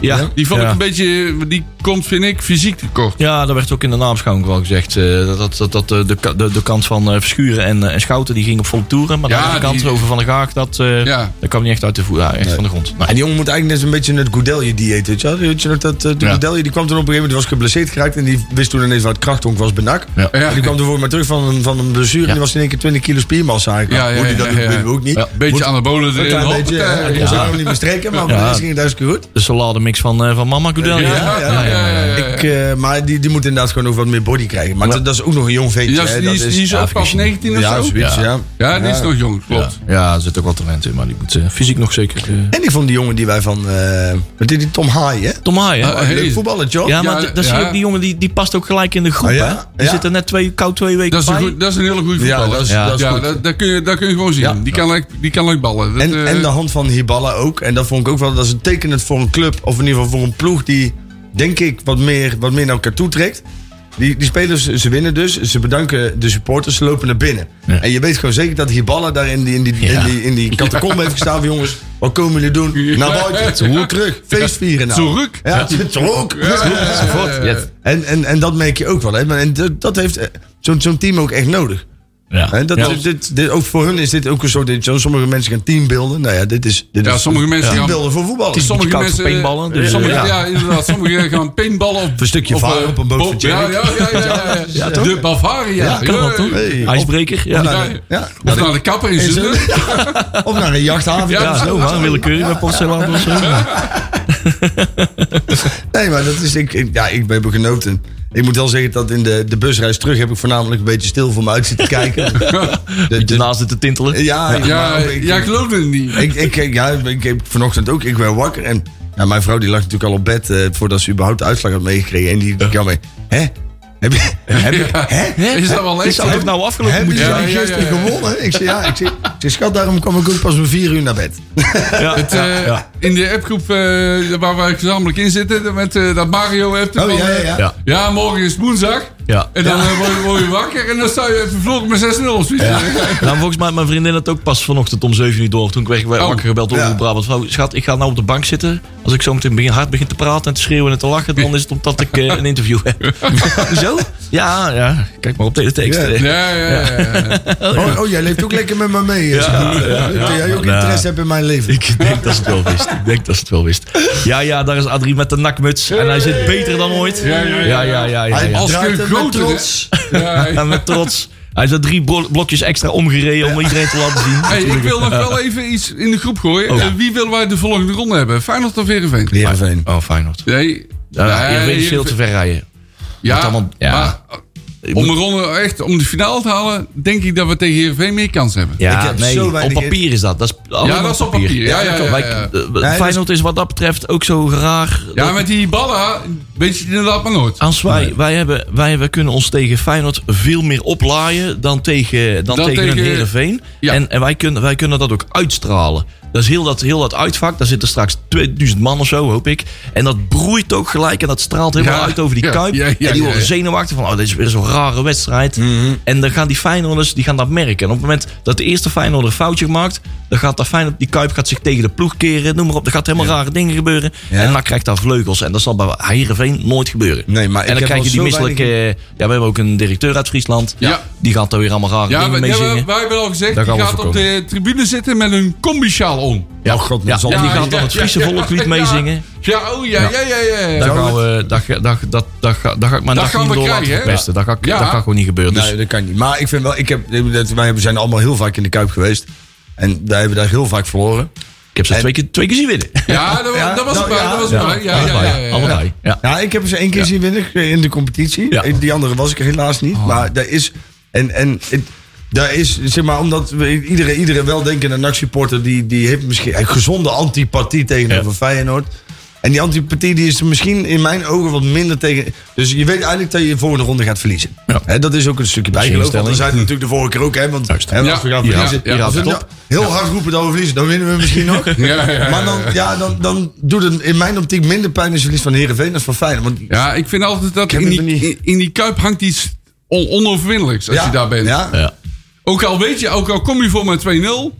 ja.
Die vond
ja.
ik een beetje... eh, Die komt, vind ik, fysiek tekort.
Ja, dat werd ook in de naamschouwing wel gezegd. eh, dat dat, dat, dat eh, de, ka- de, de kant van eh, Verschuren en, eh, en Schouten die ging op volle toeren. Maar
Ja,
de andere kant
die-
over Van der Gaag, dat, eh,
Ja.
dat kwam niet echt uit de voet. Ja, echt van de grond. Nou,
En die jongen moet eigenlijk net een beetje het Goudelje-dieet, weet je wel? Weet je nog dat, eh, de
Ja.
Goudelje, die kwam toen op een gegeven moment, die was geblesseerd geraakt... en die wist toen ineens wat krachtonk was benak.
Ja.
En die kwam toen voor maar terug van een, van een blessure... en
Ja.
die was in één keer 20 kilo spiermassa eigenlijk.
Ja, ja,
Hoe die dat
ja,
doet,
ja.
weten we ook niet.
Ja,
Moet-
Een beetje anabolen
een
erin.
klein beetje, eh,
hoppatee.
ja. Die
Ja.
moest ook nog niet meer strekken, maar voor de
Ja.
rest ging het hartstikke goed.
de salademix van, eh, van mama Goodell.
Ja, ja, ja, ja, ja.
Ik, eh, maar die, die moet inderdaad gewoon nog wat meer body krijgen. Maar dat, dat is ook nog een jong
Die
ventje.
is-
hè,
Die
dat
is- die is
ja,
ook pas
vergis je niet.
19 of
ja,
zo.
zoiets, ja.
Ja, die is
Ja.
nog jong,
Ja.
klopt.
Ja, er zit ook wel talent in, maar die moet eh, fysiek nog zeker. eh,
En ik vond die jongen die wij van... eh, wat is die Tom Haai, hè?
Tom Haaien.
Ah,
Oh, Leuk
hey.
voetballertje, hoor.
Oh, ja, maar
ja,
d- dat
ja.
zie je ook, die jongen die, die past ook gelijk in de groep.
Ah, ja?
hè? Die
Ja.
zit er net twee, koud twee weken
Dat is, een
bij.
goed, dat is een hele goede
Ja,
voetballer.
dat is-
Ja.
ja,
dat is goed.
dat, dat, kun je, dat kun je gewoon zien.
Ja.
Die, kan leuk, die kan leuk ballen. Dat,
En,
eh,
en de hand van Hiballa ook. En dat vond ik ook wel, dat is een tekenend voor een club. Of in ieder geval voor een ploeg die, denk ik, wat meer, wat meer naar elkaar toe trekt. Die, die spelers, ze winnen dus. Ze bedanken de supporters, ze lopen naar binnen.
Ja.
En je weet gewoon zeker dat Hiballa daar in die, in die,
Ja.
in die, in die catacombe heeft gestaan. Van, jongens, wat komen jullie doen? Naar buiten, terug, terug. Feest vieren nou.
Terug.
Ja, <laughs> terug.
Ja.
En, en, en dat merk je ook wel. Hè? Maar- En dat, dat heeft eh, zo'n zo'n team ook echt nodig.
Ja.
Hè, dat
Ja.
is- dit, dit, ook voor hun is dit ook een soort... dit- zo, sommige mensen gaan teambeelden. Nou ja, dit is... Dit
Ja,
is
sommige mensen gaan-
Teambeelden voor voetballers.
Team-
Sommige
koud voor
mensen...
paintballen, dus,
sommige,
eh,
ja.
ja.
inderdaad. Sommigen gaan paintballen op...
Een stukje
of,
varen
eh,
op een boot
bo-
van
Ja,
Jerry.
ja, ja. ja, ja,
Ja,
De
toch?
Bavaria.
Ja, kan dat toch?
Hey.
IJsbreker.
Of
Ja.
naar,
Ja.
de- ja.
Of naar de kapper in
In
Zutphen.
Zutphen. Of naar een jachthaven.
Ja,
Ja,
Dat is
zo,
ook
maar
zo.
willekeurig bij Porcelaan of zo.
Nee, maar dat is... Ik, ik- ja, ik ben genoten. Ik moet wel zeggen dat in de, de busreis terug heb ik voornamelijk een beetje stil voor me uit zitten
<laughs>
kijken. De- de-
Daarnaast het te tintelen.
ja,
Ja,
maar ik-
jij gelooft het niet.
ik, ik, ik- ja, ik heb vanochtend ook. Ik ben wakker en ja, mijn vrouw die lag natuurlijk al op bed eh, voordat ze überhaupt de uitslag had meegekregen. En die die kwam mee. Hè?
<laughs>
Heb je, heb je,
Ja.
hè?
Is dat wel
Is
echt?
dat ook nou afgelopen?
Hebben
moeten
jullie
Ja, ja,
gisteren
ja, ja.
gewonnen? Ik zei ja. Ik zei, ik zei, schat, daarom kwam ik ook pas om vier uur naar bed.
zijn? Ja.
Het, eh,
ja.
In de appgroep eh, waar wij gezamenlijk in zitten, met eh, dat Mario hebt.
Oh ja, ja, ja.
Ja.
Ja, morgen is woensdag.
Ja.
En dan eh, word, je, word je wakker en dan sta je vervlogen met 6-0 of zoiets.
Nou, volgens mij had mijn vriendin het ook pas vanochtend om 7 uur door. Toen werd ik weer
Oh.
wakker gebeld door
Ja.
de Brabant. Vrouw, Schat, ik ga nou op de bank zitten. Als ik zo meteen begin, hard begin te praten en te schreeuwen en te lachen, dan is het omdat ik eh, een interview heb. zo? Ja, ja. Kijk maar op de tekst.
Ja.
eh.
Ja, ja, ja. ja.
Oh, oh, jij leeft ook lekker met me mee. Ja,
ja, ja.
jij ook
Ja.
interesse hebt in mijn leven.
Ik denk dat ze het wel wist. Ik denk dat ze het wel wist. Ja, ja, daar is Adrie met de nakmuts. En hij zit beter dan ooit.
Ja, ja, ja.
ja. ja, ja, ja,
Hij
ja.
Als
draait hem met
gegoten, hè?
trots.
Ja, ja.
En met trots. Hij is er drie bro- blokjes extra omgereden om iedereen te laten zien.
Hey, ik
Natuurlijk.
wil nog wel even iets in de groep gooien.
Oh.
Eh, wie willen wij de volgende ronde hebben? Feyenoord of Heerenveen?
Heerenveen.
Oh, Feyenoord.
Nee.
Ja, je weet veel te
Heerenveen.
ver rijden.
Ja,
allemaal- ja.
maar
Ik
om
moet-
een ronde echt om de finale te halen, denk ik dat we tegen Heerenveen meer kans hebben.
Ja,
Ik heb
nee,
zo
op
weinig-
papier is dat. dat is allemaal
dat is op papier. Ja, ja, ja,
Wij-
ja, ja.
eh,
dat is-
Feyenoord is wat dat betreft ook zo raar.
Ja, met die ballen weet je het inderdaad maar nooit.
Als wij, wij, hebben, wij, wij kunnen ons tegen Feyenoord veel meer oplaaien dan tegen, dan
Dan
tegen, een
tegen-
Heerenveen.
Ja.
En, en wij, kunnen, wij kunnen dat ook uitstralen. Dat is heel dat, heel dat uitvak. Daar zitten straks 2000 man of zo, hoop ik. En dat broeit ook gelijk en dat straalt helemaal
Ja,
uit over die
ja,
kuip.
ja, ja,
en die
ja,
worden
ja.
zenuwachtig van, oh, dit is weer zo'n rare wedstrijd.
Mhm.
En dan gaan die Feyenoorders, die gaan dat merken. En op het moment dat de eerste Feyenoorder een foutje maakt, dan gaat dat Feyenoord, die kuip gaat zich tegen de ploeg keren, noem maar op. Er gaat helemaal rare dingen gebeuren.
Ja.
En dan krijgt daar vleugels. En dat zal bij Heerenveen nooit gebeuren.
Nee, maar
En
ik
dan
heb
krijg je
al
die
zo
misselijke... Ja, we hebben ook een directeur uit Friesland.
Ja.
Die gaat daar weer allemaal rare
Ja,
dingen
we-
mee
ja, we-
zingen.
wij hebben al gezegd,
Daar
die
gaan we
gaat op de tribune zitten met een combi-sjaal om.
Ja, god,
Ja,
dat zal
die
niet
gaat dan het Friese volkslied meezingen.
Ja, oh ja, ja, ja, ja. ja.
Daar gaan we... Dat, dat, dat, dat, dat, ga- dat ga ik mijn
Dat
dag
gaan
niet
we
door laten
krijgen, hè?
verpesten. Dat, ga, ik-
Ja.
dat gaat gewoon niet gebeuren. Dus
Nee, dat kan niet. Maar ik vind wel, ik heb, dat- wij zijn allemaal heel vaak in de Kuip geweest. En daar hebben we daar heel vaak verloren.
ik heb ze
En-
twee keer, twee keer zien winnen.
Ja, dat,
Ja,
dat was het
nou,
bij.
ja,
Dat was het
Ja,
bij. Ja, ja, ja,
allebei.
ja.
Allebei. Ja.
Ja, ik heb ze één keer zien winnen in de competitie.
Ja.
Die andere was ik er helaas niet.
Oh.
Maar daar is. En, en het- daar is, zeg maar, omdat we, iedereen, iedereen wel denkt aan een NAC-supporter. Die, die heeft misschien een gezonde antipathie tegenover
Ja.
Feyenoord. En die antipathie die is er misschien in mijn ogen wat minder tegen. Dus je weet eigenlijk dat je de volgende ronde gaat verliezen.
Ja.
Hè, dat is ook een stukje bijgeloof. Want
instelling.
dat zei het natuurlijk de vorige keer ook. Hè, want
Juist.
hè,
Ja.
als we gaan
Ja.
verliezen.
Ja.
als we
Ja.
nou heel hard roepen dat we verliezen, dan winnen we misschien nog.
Ja, ja, ja.
Maar dan, ja, dan, dan doet het in mijn optiek minder pijn als je verliest van Heerenveen dan van Feyenoord. Want
Ja, ik vind altijd dat
heb
in
het
die,
niet.
in, in die kuip hangt iets on- onoverwinnelijks als je daar bent.
Ja,
Ja.
Ook al weet je, ook al kom je voor met 2-0,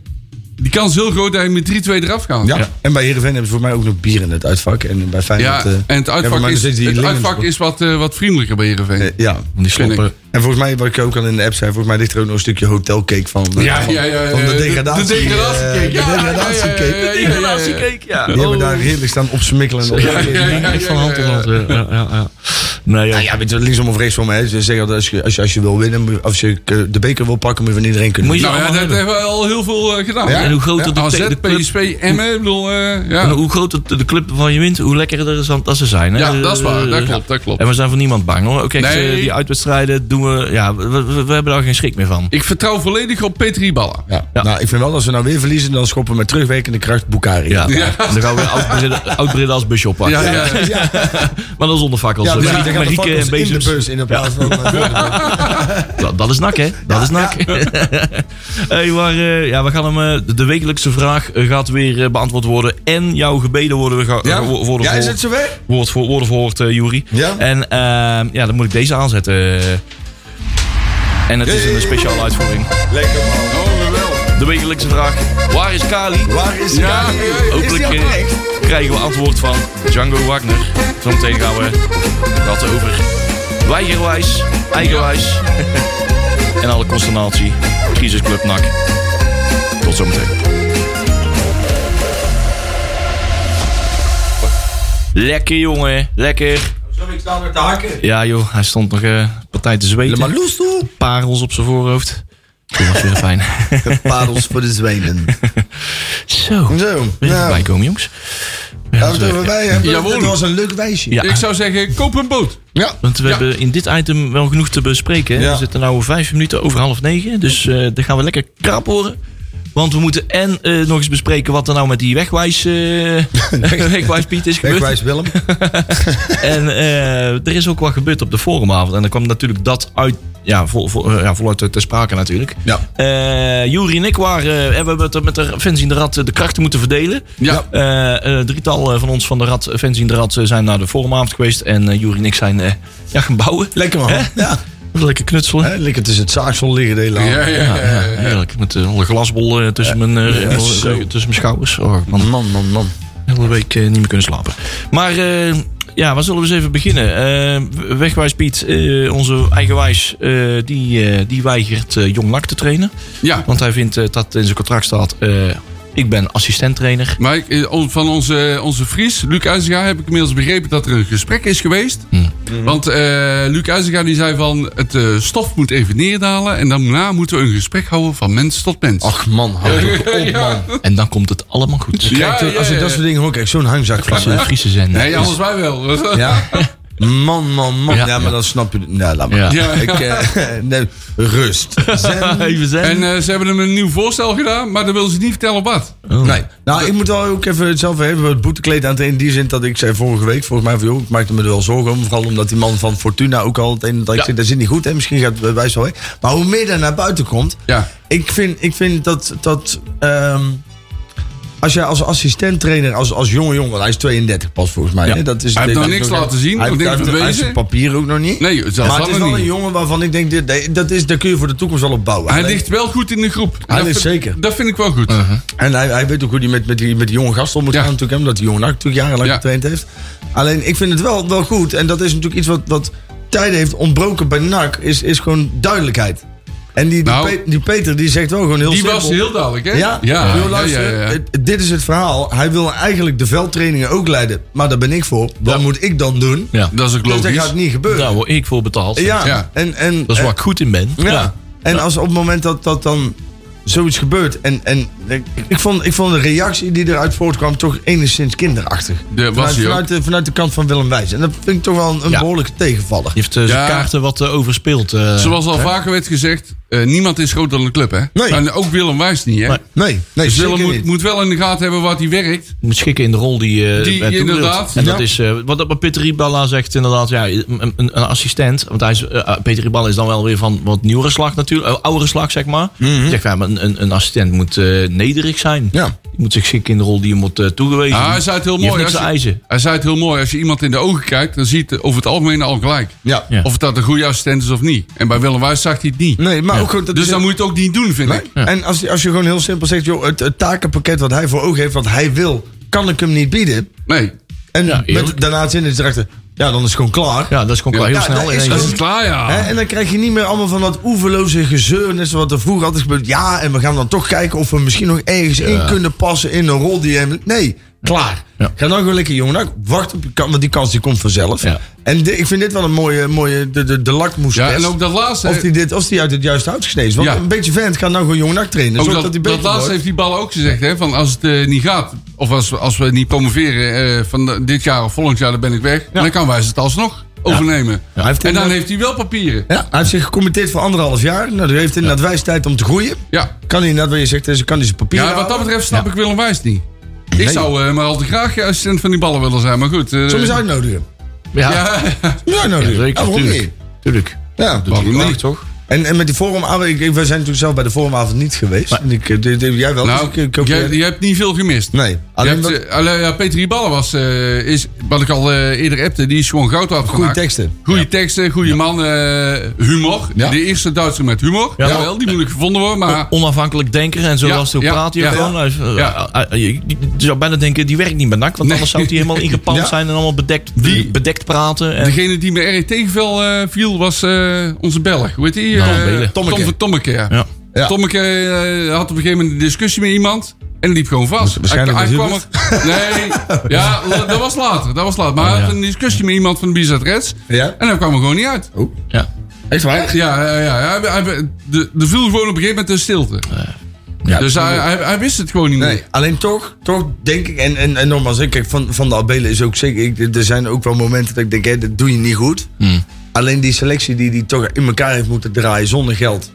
die kans is heel groot dat je met 3-2 eraf gaat.
ja. en bij Heerenveen hebben ze voor mij ook nog bier in het uitvak. En bij
Ja,
Feyenoord... eh,
en het
voor
uitvak
mij
is,
zitten die
het
lingens-
uitvak is wat, eh, wat vriendelijker bij Heerenveen.
Eh, Ja,
Die sloppen.
ik.
en volgens mij, wat ik ook al in de app zei, volgens mij ligt er ook nog een stukje hotelcake van, eh,
Ja,
van,
ja, ja, ja,
van de
de-
degradatie.
de degradatiecake.
eh,
Ja, ja,
de
ja, ja,
degradatiecake.
ja, ja, ja.
Die
Relatiecake, ja.
hebben daar
Oh.
heerlijk staan opsmikkelen. en op-
Ja, ja, ja.
Echt van hand tot hand. ja, ja, ja, ja. Nee, ja.
Nou ja, weet je, linksom of rechtsom. Hè. Ze zeggen dat als je, als je, als je wil winnen, moet- als je eh, de beker wil pakken, moet je van iedereen kunnen.
Moet je-
Nou ja,
allemaal
dat
hebben.
hebben we al heel veel eh, gedaan.
Ja.
En hoe groter de,
AZ,
te- de club,
PSV, Emmen, ik bedoel, eh, ja.
en hoe groter de club van je wint, hoe lekkerder is dat dat ze zijn. Hè?
Ja, dat is waar. Dat
Eh,
klopt, dat klopt.
En we zijn voor niemand bang hoor. Ook echt
Nee.
eh, die uitwedstrijden doen we. Ja, we, we- we hebben daar geen schrik meer van.
Ik vertrouw volledig op Peter Iballa.
Ja.
Ja.
Nou, ik vind wel, als we nou weer verliezen, dan schoppen we met terugwerkende kracht Bukari.
Ja.
Ja.
En dan gaan we oud-Breda- oud-Breda als busje oppakken.
Ja, ja, ja.
Maar dan zonder vakkels.
Ja, dus
Ja,
precies. Dan
Marieke,
gaan de
Marieke
fakkels
en
in de
Bezems.
bus in de plaats van... eh, voor de
<laughs>
bus.
Dat, dat is nak, hè? Dat is nak. <laughs> hey, maar, eh, ja, we gaan hem, eh, de- de wekelijkse vraag eh, gaat weer eh, beantwoord worden. En jouw gebeden worden, we ge- eh, wo- worden
ja,
verhoord.
is het zover?
woord voor, woorden verhoord, eh Juri.
Ja.
En ehm, ja, dan moet ik deze aanzetten. En het is een speciale uitvoering.
Lekker man.
Oh, wel.
De wekelijkse vraag: waar is Kali?
Waar is hij?
Ja, ja, ja.
Is
Hopelijk
die
eh,
oprecht?
krijgen we antwoord van Django Wagner. Zometeen gaan we dat over. Weigerwijs, eigenwijs. en alle consternatie. Crisisclub NAC. Tot zometeen. Lekker jongen, lekker.
Zo, Oh, ik sta met de hakken.
Ja joh, hij stond nog eh, partij te zweten.
Maar loes toe.
Parels op zijn voorhoofd. Dat was weer fijn.
Parels voor de zwenen.
Zo,
<laughs> Zo.
weer
Nou,
voorbij komen jongens.
gaan we het even bij hebben.
Jawohl.
Het was een leuk wijsje.
Ja.
Ik zou zeggen, koop een boot.
Ja.
Want we
Ja.
hebben in dit item wel genoeg te bespreken. hè.
Ja.
We zitten nu vijf minuten over half negen. Dus eh daar gaan we lekker krap horen. Want we moeten en eh, nog eens bespreken wat er nou met die wegwijs, eh,
<laughs>
wegwijs Piet is gebeurd.
Wegwijs Willem.
En eh, er is ook wat gebeurd op de forumavond. En dan kwam natuurlijk dat uit, ja, vol, vol- eh, ja, voluit te te sprake natuurlijk.
Ja.
Eh Jury en ik waren, eh, en we hebben het met de fans in de rad eh, de krachten moeten verdelen.
Ja.
Eh, eh, drietal eh, van ons van de rad, fans in de rad, eh, zijn naar de forumavond geweest. En eh Jury en ik zijn eh, ja, gaan bouwen.
Lekker man.
Hè?
Ja.
Lekker knutselen.
<laughs> Hè, Lekker tussen het zaagsel liggen de hele
Ja,
avond.
ja, ja.
Ja, ja,
ja.
heerlijk. Met eh, alle glasbol eh, tussen, mijn, eh, eh,
zo.
tussen mijn schouders. Oh, man,
Man, man, man.
de hele week eh, niet meer kunnen slapen. Maar eh, ja, waar zullen we eens even beginnen? Eh, Wegwijs Piet, eh, onze eigenwijs, eh die, eh, die weigert eh, Jong Nak te trainen.
Ja.
Want hij vindt eh, dat in zijn contract staat... eh, ik ben assistenttrainer.
Maar ik, eh, on- van onze, onze Fries, Luc IJzinga, heb ik inmiddels begrepen dat er een gesprek is geweest.
Hm.
Want eh, Luc IJzinga die zei van, het eh, stof moet even neerdalen. En daarna moeten we een gesprek houden van mens tot mens.
Ach man, hou toch op.
ja.
En dan komt het allemaal goed.
Ja.
Kijk, toen- als ik dat soort dingen hoor, krijg ik zo'n hangzak
Dat is <laughs>
van.
een Friese zender.
Nee, anders wij wel.
Ja. Man, man, man.
Ja.
Ja, maar dan snap je... Nou, laat maar.
Ja.
Ja.
Ik, eh, <laughs> nee, rust. Zen.
Even
<laughs> En
zenden.
eh, ze hebben hem een nieuw voorstel gedaan, maar dan willen ze niet vertellen wat.
Nee. Nou, ik moet wel ook even het zelf hebben. Het boetekleed aan het in die zin dat ik zei vorige week, volgens mij van joh, ik maakte me er wel zorgen om. Vooral omdat die man van Fortuna ook al het een en ander. Ik zeg, dat zit niet goed hè, misschien gaat het wijs wel weg. Maar hoe meer daar naar buiten komt,
Ja.
ik vind, ik vind dat, dat ehm, als jij als assistenttrainer, als, als jonge jongen, want hij is 32 pas volgens mij.
Ja.
Hè? Dat is,
Hij heeft
dat
nog
is
niks laten zien,
Hij,
nog niks
heeft- hij heeft- hij heeft
bewezen.
zijn papier ook nog niet.
Nee, zelfs
maar het is
dat
wel
niet.
een jongen waarvan ik denk, dit, nee, dat is, daar kun je voor de toekomst wel op bouwen.
Hij
Alleen-
ligt wel goed in de groep. Dat
ligt
vind-
zeker. Uh-huh.
Dat vind ik wel goed.
En hij, hij weet ook hoe hij met, met, die, met die jonge gast om moet
Ja.
gaan natuurlijk. hè, Omdat die jongen natuurlijk jarenlang
Ja.
getraind heeft. Alleen ik vind het wel, wel goed. En dat is natuurlijk iets wat, wat tijden heeft ontbroken bij NAC. Is, is gewoon duidelijkheid. En die, die,
Nou.
Pe- die Peter die zegt wel gewoon heel
Die
simpel.
was heel duidelijk, hè?
Ja, ja. Wil luisteren,
ja, ja.
eh, dit is het verhaal. Hij wil eigenlijk de veldtrainingen ook leiden. Maar daar ben ik voor. Wat moet ik dan doen?
Ja.
Dat is ook
Dus dat
logisch.
gaat niet gebeuren.
Daar word ik voor betaald.
ja.
Ja.
En, en,
Dat is waar ik goed in ben.
ja. En als op het moment dat dat dan zoiets gebeurt. En, en ik, ik vond, ik vond de reactie die eruit voortkwam toch enigszins kinderachtig.
Ja, was
vanuit,
hij ook.
vanuit, de, vanuit de kant van Willem Wijs. En dat vind ik toch wel een, een
Ja.
behoorlijke tegenvaller.
Je heeft eh, zijn
Ja.
kaarten wat eh, overspeeld. eh.
Zoals al vaker werd gezegd, eh, niemand is groter dan de club, hè?
Nee.
En ook Willem Wijs niet, hè?
Nee.
Nee, nee
Dus
zeker
Willem moet,
niet.
moet wel in de gaten hebben wat hij werkt.
moet schikken in de rol die, eh,
Die-
werd toebedeeld.
inderdaad,
En dat
ja.
is eh, wat, wat Peter Riballa zegt inderdaad. Ja, een, een, een assistent. Want hij is, eh, Peter Riballa is dan wel weer van wat nieuwere slag natuurlijk. eh, oudere slag zeg maar. Zegt ja, maar een, een, een assistent moet eh, nederig zijn.
Ja.
Die moet zich schikken in de rol die hem wordt eh, toegewezen.
Ah, hij zei het heel
Die heeft
mooi.
niks
als
te
je-
eisen.
Hij zei het heel mooi. Als je iemand in de ogen kijkt, dan ziet het over het algemeen al gelijk.
Ja.
Ja.
Of dat een goede assistent is of niet. En bij Willem Wijs zag hij het niet.
Nee, maar ook gewoon... dat
Dus
is-
dan moet je het ook niet doen, vind ik.
Nee. En als, je- als je gewoon heel simpel zegt... Joh, het, het takenpakket wat hij voor ogen heeft, wat hij wil... kan ik hem niet bieden.
Nee.
En
eerlijk.
met, daarna het zin is erachter... ja, dan is het gewoon klaar.
Ja, dat is gewoon wel
Ja,
heel
ja,
snel.
dat is
in
Dat
één
is
ook-
het klaar, ja.
Hè, en dan krijg je niet meer allemaal van dat oeverloze gezeur, net zoals wat er vroeger altijd gebeurt. Ja, en we gaan dan toch kijken of we misschien nog ergens in kunnen passen in een rol die hem... Nee, klaar.
Ja.
Ga dan gewoon lekker jongen. Nou, wacht op je kans, want die kans die komt vanzelf.
Ja.
En di- ik vind dit wel een mooie, mooie de, de, de
ja.
lakmoestest.
En ook dat laatste.
Of die, dit, of die uit het juiste hout gesneden is. Want
Ja.
een beetje vent gaat nou gewoon jongen trainen.
Ook
Zodat
dat,
hij
dat
beter
laatste
wordt.
heeft die ballen ook gezegd. Hè? Van als het eh, niet gaat, of als, als we niet promoveren eh, van de- dit jaar of volgend jaar, dan ben ik weg. Dan kan wij ze het alsnog overnemen.
Hij heeft
En dan
inderdaad-
heeft hij wel papieren.
Ja, hij heeft zich gecommitteerd voor anderhalf jaar. Nou, die heeft inderdaad wijs tijd om te groeien.
Ja,
Kan hij inderdaad wat je zegt, dus kan hij zijn papier
ja wat dat betreft snap ik Willem Wijs niet. Ik zou eh, maar al te graag assistent van die ballen willen zijn, maar goed. eh,
Soms uitnodigen.
Ja, ja,
ja,
Soms uitnodigen.
zeker.
Ja, waarom
tuurlijk.
niet?
tuurlijk.
Ja,
Dat
Waarom
is
niet?
toch?
En, en met die forumavond, ik, ik- wij zijn natuurlijk zelf bij de forumavond niet geweest. En ik, eh, dit- dit- jij wel, dus ik,
nou,
ik hoop
jij-
jij-
je hebt niet veel gemist.
Nee,
Je
alleen
hebt,
dat,
eh, alleen, ja, Peter Ballen was, eh, is, wat ik al eh, eerder appte, die is gewoon goud hard
goede teksten.
Goede teksten, goede man, eh, humor.
Ja.
De eerste Duitser met humor.
Ja. Oh,
Ja. Jawel, die moet ik gevonden worden, maar...
Onafhankelijk denken en zo
Ah. Ja,
was het ook
ja,
praat.
ja.
Ja, gewoon, eh, eh,
Ja.
eh, eh, je je zou bijna denken, die werkt niet bij NAC. Want
Nee.
anders zou die
<laughs>
helemaal ingepand
Ja.
zijn en allemaal bedekt,
Die-
bedekt praten. En,
Degene die me erg tegenviel eh, viel was eh, onze Belg. Hoe heet die? eh,
Hans Belen.
Tom
Tommeke.
van Tommeke. Ja.
Ja.
Ja.
Tommeke eh, had op een gegeven moment een discussie met iemand. En liep gewoon vast.
waarschijnlijk
hij, hij
met
kwam er- Nee, ja, la- dat was later. Dat was later. Maar hij had
ja.
een discussie met iemand van de Bizet Reds.
Ja.
En hij kwam er gewoon niet uit.
Ja.
Echt waar?
Ja, ja, ja. Hij, hij, de, de viel gewoon op een gegeven moment een stilte.
Ja.
dus hij, hij, hij wist het gewoon niet
Nee,
meer.
alleen toch, toch denk ik, en, en, en nogmaals, hè, kijk, van, van de Abelen is ook zeker, ik- er zijn ook wel momenten dat ik denk, hè, dat doe je niet goed.
Hmm.
Alleen die selectie die hij toch in elkaar heeft moeten draaien zonder geld.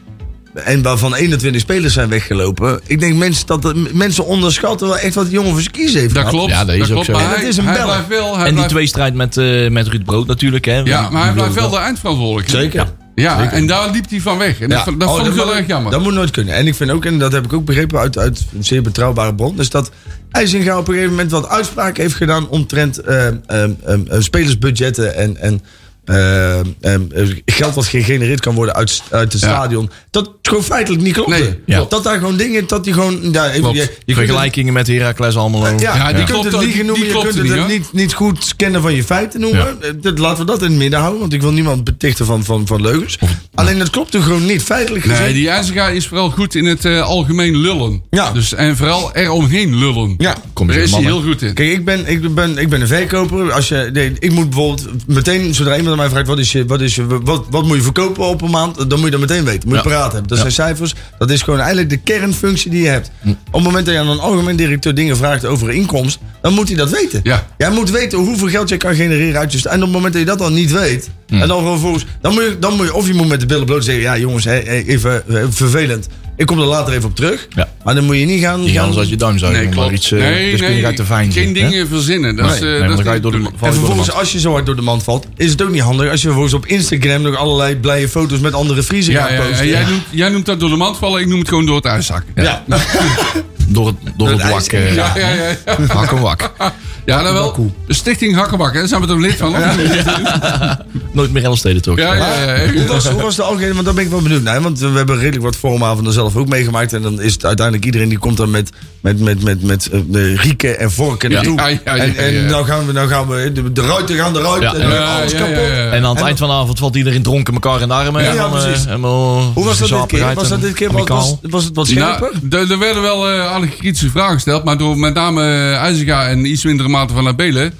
En waarvan 21 spelers zijn weggelopen. Ik denk mensen, dat, dat- mensen onderschatten wel echt wat die jongen voor zijn kiezen heeft
Dat
gehad.
klopt.
Ja, dat is ook
klopt.
zo.
Maar
En
hij,
dat is een
hij
beller.
blijft wel. Hij
En die
blijft,
tweestrijd met, eh, met Ruud Brood natuurlijk. Hè.
ja, maar hij blijft wel de
daar.
eindverantwoordelijke.
Zeker.
Ja, en daar liep hij van weg. En
Ja.
dat, vond- dat
Oh,
vond ik
dat
heel
moet-
erg jammer.
Dat moet nooit kunnen. En ik vind ook, en dat heb ik ook begrepen uit, uit een zeer betrouwbare bron, is dat IJzinga op een gegeven moment wat uitspraken heeft gedaan omtrent eh, ehm, ehm, eh, spelersbudgetten en, en ehm, ehm, eh, geld wat gegenereerd kan worden uit, uit het
Ja.
stadion. Dat het gewoon feitelijk niet klopte.
Nee,
ja.
Dat daar gewoon dingen, dat die gewoon... Ja, even,
Klopt.
je- je kunt het-
Vergelijkingen met Heracles Almelo.
ja,
Ja,
je
die
kunt
klopt
het
ook-
liegen
die
noemen, je
klopt
kunt
er
het
niet,
niet,
hoor.
niet, goed kennen van je feiten noemen. Eh, Dat, laten we dat in het midden houden, want ik wil niemand betichten van, van, van leugens. Alleen dat klopt er gewoon niet, feitelijk gezien.
Nee, die IJzerga is vooral goed in het eh, algemeen lullen.
Ja.
Dus, en vooral eromheen lullen.
Ja.
Kom
Daar
eens
is
in,
hij heel
mannen.
goed in.
Kijk, ik ben, ik ben, ik ben een verkoper. Als je, nee, ik moet bijvoorbeeld meteen, zodra iemand aan mij vraagt... wat, is je, wat, is je, wat, wat moet je verkopen op een maand, dan moet je dat meteen weten. Moet je
Ja. Hm.
paraat hebben. Dat zijn cijfers. Dat is gewoon eigenlijk de kernfunctie die je hebt. Op het moment dat je aan een algemeen directeur dingen vraagt over inkomst... dan moet hij dat weten.
Ja.
Jij moet weten hoeveel geld je kan genereren uit je... sta- En op het moment dat je dat dan niet weet...
Hm.
en dan vervolgens... Dan moet je, dan moet je, of je moet met de billen bloot zeggen... ja jongens, hé, hé, even eh, vervelend. Ik kom er later even op terug.
Ja.
Maar dan moet je niet gaan...
Die gaan ze uit je duim zuigen.
Nee,
om
klopt.
maar iets, eh,
nee,
dus kun je
nee,
uit de vijn
geen
zitten, hè?
dingen verzinnen. Dat is, eh,
Nee,
dat
want
is
dan ga je
niet
door de
natuurlijk.
val
En
je door de
vervolgens,
mand.
als je zo hard door de mand valt, is het ook niet handig als je vervolgens op Instagram nog allerlei blije foto's met andere vriezen
Ja,
gaat
ja, ja,
posten.
jij, noemt, jij noemt dat door de mand vallen, ik noem het gewoon door het uitzakken.
Ja.
Door het, door het
ijs-
wak. eh,
Ja, ja, ja. ja.
Hak en wak.
Ja, dan wel. De Stichting Hakkenbak, hè? Zijn we er lid van? of niet?
Nooit meer Elsteden toch?
Ja, ja, ja. ja.
Hoe, was, hoe was de algemene? Want daar ben ik wel benieuwd naar. hè? Want we hebben redelijk wat forumavonden zelf ook meegemaakt. En dan is het uiteindelijk iedereen die komt dan met, met, met, met, met eh, de rieken en vorken
Ja.
naartoe.
Ja, ja, ja,
en en
ja.
nou gaan we, nou gaan we de, de ruiten gaan eruit.
Ja.
En dan
Ja,
alles
ja,
kapot.
ja, ja.
En aan het eind van de avond valt iedereen dronken elkaar in de armen.
Ja,
en dan,
ja,
eh,
precies.
helemaal
Hoe was dat dit keer?
gezaperuit
Was
en
dat dit keer? Was,
amicaal.
was, was het wat scherper?
Nou, er er werden wel eh aardige kritische vragen gesteld, maar door met name eh, IJzinga en iets mindere mate van Abelen,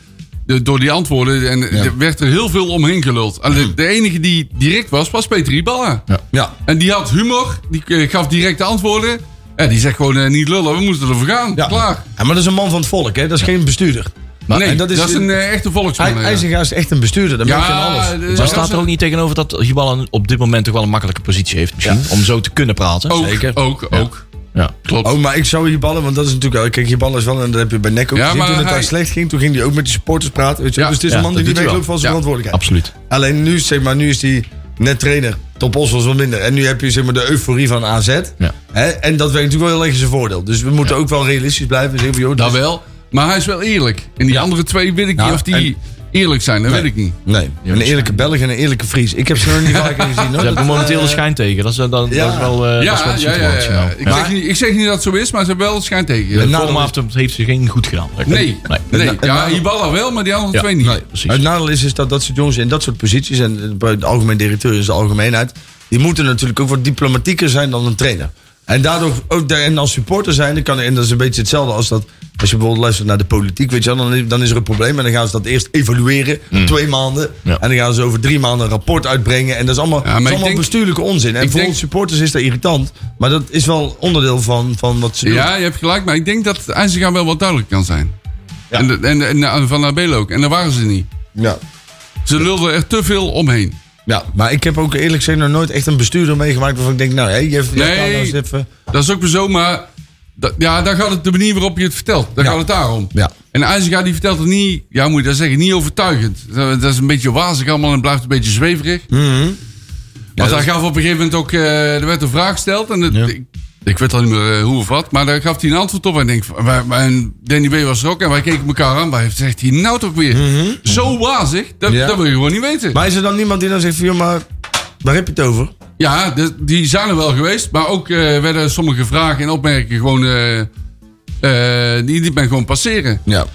de- door die antwoorden, en er werd er heel veel omheen geluld. Alleen de enige die direct was, was Peter Iballa.
Ja.
En die had humor, die eh, gaf directe antwoorden. En die zegt gewoon eh, niet lullen, we moeten ervoor gaan.
Ja.
Klaar.
ja, maar dat is een man van het volk, hè? Dat is geen bestuurder.
nee,
en
dat is, een eh, echte volksman. ja.
Hij- IJzinga is echt een bestuurder. Dat
Ja,
merk je aan alles.
de-
Maar staat er ook niet tegenover dat Hibala op dit moment toch wel een makkelijke positie heeft misschien? Om zo te kunnen praten.
ook,
Zeker.
ook, ook.
Ja.
Klopt.
Oh, maar ik zou hier ballen, want dat is natuurlijk... wel- Kijk, hier ballen is wel, en dat heb je bij Nek ook
Ja,
gezien.
maar
Toen het
hij-
daar slecht ging, toen ging hij ook met de supporters praten. Weet je?
Ja.
dus het is
Ja,
een man
dat
die niet
doet hij
wegloopt van zijn
Ja.
verantwoordelijkheid.
Absoluut.
Alleen nu, zeg maar, nu is hij net trainer. Top Os was wel minder. En nu heb je zeg maar, de euforie van AZ.
Ja.
Hè? En dat werkt natuurlijk wel heel erg in zijn voordeel. Dus we moeten ook wel realistisch blijven. en Zeggen, van, joh, Dus
Dat
dit is-
Nou, wel. Maar hij is wel eerlijk. En die andere twee weet ik
Ja, Nou,
niet of die eerlijk zijn, dat weet ik niet.
Nee, een eerlijke Belg en een eerlijke Fries. Ik heb ze nog niet vaker gezien. Hoor.
Ze
Dat,
hebben momenteel de
eh,
schijn tegen. Dat is, eh, dat,
Ja.
dat is wel, eh, dat is wel de situatie. nou.
Ik,
Ja.
zeg niet, ik zeg niet dat het zo is, maar ze hebben wel schijn tegen.
Met
Nee,
name-
Voor hem heeft ze geen goed gedaan. Dat klopt.
nee. nee. Ja, Ibala wel, maar die andere
Ja.
twee niet.
Nee, precies.
Het nadeel is, is dat dat soort jongens in dat soort posities... en eh, bij de algemeen directeur is de algemeenheid... die moeten natuurlijk ook wat diplomatieker zijn dan een trainer. En daardoor ook daar- en als supporter zijn... dan Kan, en dat is een beetje hetzelfde als dat... als je bijvoorbeeld luistert naar de politiek, weet je wel... dan, dan is er een probleem en dan gaan ze dat eerst evalueren...
Mm.
twee maanden
Ja.
en dan gaan ze over drie maanden een rapport uitbrengen... en dat is allemaal,
maar
dat is
ik
allemaal
denk-
bestuurlijke onzin. En
ik
voor
denk-
ons supporters is dat irritant... maar dat is wel onderdeel van, van wat ze doen.
Ja, je hebt gelijk, maar ik denk dat IJzergaan wel wat duidelijk kan zijn. En, de- en, en, en van Abel ook. En daar waren ze niet.
Ja.
Ze lulden er te veel omheen.
Ja, maar ik heb ook eerlijk gezegd nog nooit echt een bestuurder meegemaakt... waarvan ik denk, nou, hé, je hebt...
Nee.
nou eens even...
Dat is ook weer zo, maar dat- ja, daar gaat het de manier waarop je het vertelt. Daar
Ja.
gaat het daarom.
Ja.
En IJzergaan die vertelt het niet, ja moet je dat zeggen, niet overtuigend. Dat dat is een beetje wazig allemaal en blijft een beetje zweverig.
Mhm.
Want hij gaf op een gegeven moment ook, eh, er werd een vraag gesteld. En het- ik, ik weet al niet meer eh, hoe of wat, maar daar gaf hij een antwoord op. En, ik denk, van, wij- wij- en Danny B was er ook en wij keken elkaar aan. Waar zegt hij nou toch weer? Zo wazig, dat,
Mhm. Ja.
dat wil je gewoon niet weten.
Maar is er dan niemand die dan zegt van, joh, maar waar heb je het over?
Ja, de- die zijn er wel geweest. Maar ook eh, werden sommige vragen en opmerkingen gewoon... eh, eh, die, die ben gewoon passeren.
Ja.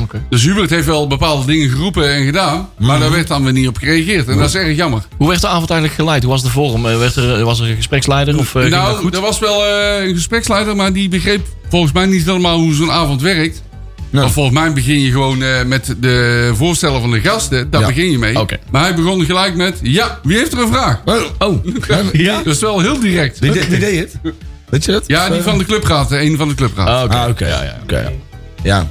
Oké.
Dus Hubert heeft wel bepaalde dingen geroepen en gedaan.
Mhm.
Maar daar werd dan weer niet op gereageerd. En dat is erg jammer.
Hoe werd de avond eigenlijk geleid? Hoe was de vorm? Eh, Werd er, was er een gespreksleider? Of, eh, ging dat
nou,
goed?
er was wel eh, een gespreksleider, maar die begreep volgens mij niet helemaal hoe zo'n avond werkt. Want volgens mij begin je gewoon eh, met de voorstellen van de gasten. Daar
Ja.
begin je mee.
Oké.
Maar hij begon gelijk met: Ja, wie heeft er een vraag?
Oh,
Ja?
<laughs> Dat is wel heel direct.
Wie, de- wie deed het? Weet je dat?
Ja, die van de clubraad. de Een van de clubraad.
Eh. Ah, oké.
Ah, oké.
Ja, ja.
Oké, ja. ja.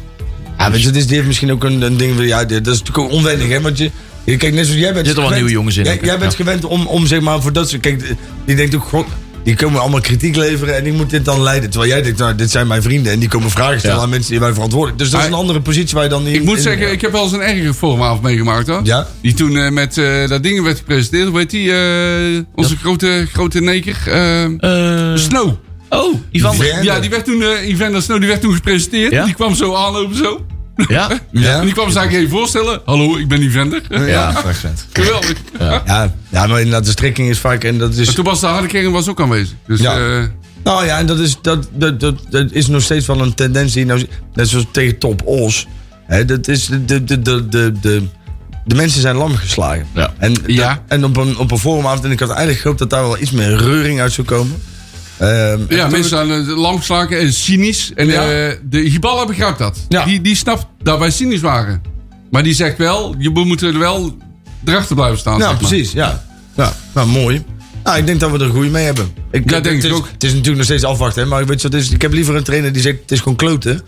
Ja, weet je, dit is dit heeft misschien ook een, een ding. van- Ja, dit, dat is natuurlijk ook onwennig, hè? Want je, je kijk, net zoals jij bent.
Er zitten wel
gewend-
nieuwe jongens in,
Jij,
denk ik,
jij bent
ja.
gewend om, om zeg maar voor dat soort. Kijk, de- die denkt ook, god, die komen allemaal kritiek leveren en ik moet dit dan leiden. Terwijl jij denkt, nou, dit zijn mijn vrienden en die komen vragen stellen
Ja.
aan mensen die wij verantwoordelijk. Dus dat is
Maar-
een andere positie waar je dan in.
Ik moet
in- eh,
zeggen, ik heb wel eens een ergere vormavond meegemaakt hoor.
Ja?
Die toen eh, met eh, dat ding werd gepresenteerd. Hoe heet die? eh, onze grote, grote neker. eh,
Eh,
Snow.
oh, Ivan.
Ver-
Ja, die werd toen, eh Evander Snow, die werd toen gepresenteerd.
Ja?
Die kwam zo aanlopen zo.
Ja?
Ja?
En die kwam zich eigenlijk even voorstellen. Hallo, ik ben Evander.
Ja,
<laughs> Geweldig.
ja, ja, maar inderdaad, de strekking is vaak. En dat is,
Maar toen was de harde kern was ook aanwezig. Dus
Ja.
eh,
Nou ja, en dat is, dat, dat, dat, dat is nog steeds wel een tendens die nou, net zoals tegen Top Os. Hè, dat is de, de, de, de, de, de, de mensen zijn lam geslagen.
Ja.
En,
Ja.
en op een, op een forumavond, en ik had eigenlijk gehoopt dat daar wel iets meer reuring uit zou komen. Ehm, en
ja,
toen-
mensen aan het lam geslagen en cynisch. En
Ja.
eh, de Hiballa begrijpt dat.
Ja.
Die, die snapt dat wij cynisch waren. Maar die zegt wel, je moet er wel erachter blijven staan.
Nou,
zeg maar.
precies, ja. ja. Nou, mooi. Nou, ik denk dat we er goeie mee hebben.
Ja,
Ik,
denk
het
ik
is-
ook.
Het is natuurlijk nog steeds afwachten, hè, maar weet je wat, het is, ik heb liever een trainer die zegt, het is gewoon kloten.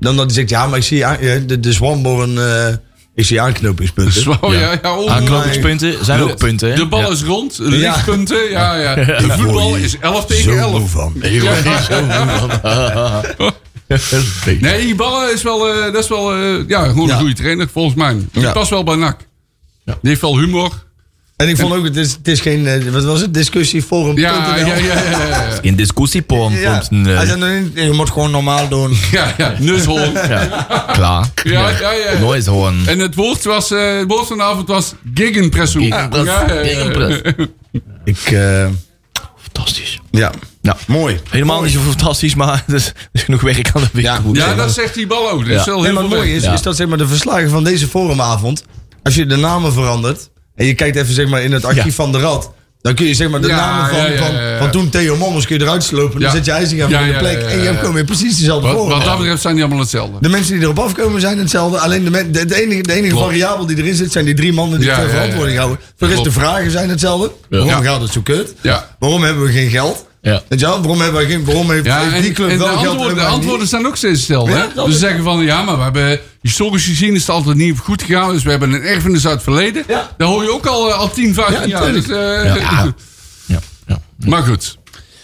Dan dat die zegt, ja, maar ik zie aan, eh, de, de Swanborn, eh, ik zie aanknopingspunten.
<laughs> Zo, ja, ja, oh.
Aanknopingspunten zijn ook punten. hè?
De bal
Ja.
is rond, lichtpunten. Ja, ja. De voetbal is 11 tegen
Zo moe
11.
van.
Nee, die ballen is wel, eh, dat is wel eh, ja, gewoon een
Ja.
goede trainer, volgens mij. Die
Ja.
past wel bij NAC. Die heeft wel humor.
En ik vond ook, het is, het is geen, eh, wat was het, discussieforum.nl.
Ja, ja, ja. ja, ja, ja.
In discussieporn
Ja.
komt een, eh,
Hij zei, nee, je moet gewoon normaal doen.
ja, ja. Nushol.
klaar.
Ja, ja, ja.
Nooit hoorn.
En het woord, was, eh, het woord van de avond was Gegenpressum.
Gegenpress.
Ja, ja, ja.
Gegenpress.
Ik, eh,
Fantastisch.
ja.
Nou,
Mooi.
helemaal niet zo fantastisch, maar <laughs> er is, er is genoeg werk aan de winkel.
Ja.
Ja, dat zegt die bal ook. Dat is
Ja.
wel
Nee,
heel
maar
veel
mooi
werk.
is,
Ja.
is dat zeg maar de verslagen van deze forumavond. Als je de namen verandert en je kijkt even zeg maar in het archief
Ja.
van de Rad. Dan kun je zeg maar de
Ja,
namen van,
ja, ja,
van,
ja, ja.
van toen Theo Mommers kun je eruit slopen.
Ja.
Dan zet je IJzinga
Ja,
op de
ja,
plek
ja, ja,
en je
ja.
hebt gewoon weer precies dezelfde
Wat,
forum.
wat dat betreft zijn die allemaal hetzelfde.
De mensen die erop afkomen zijn hetzelfde. Alleen de, men- de, de enige, de enige
Klopt.
variabel die erin zit zijn die drie mannen die
Ja,
ter
ja, ja,
verantwoording
ja.
houden. Voor de rest de
Klopt.
vragen zijn hetzelfde. Waarom
Ja.
gaat het zo kut?
Ja.
Waarom hebben we geen geld?
Ja.
Weet je wel? Waarom, hebben we geen, waarom heeft,
Ja,
heeft
en,
die club
en de
wel geld? en
antwoorden, de
wij niet?
antwoorden zijn ook steeds hetzelfde.
Ja,
hè?
dat
Ze
is-
zeggen van, ja, maar we hebben historisch gezien is het altijd niet goed gegaan. Dus we hebben een erfenis uit het verleden.
Ja.
Daar hoor je ook al, eh, al 10, 15
Ja,
jaar. Dus, <laughs> eh,
Ja. Ja. ja.
Maar goed.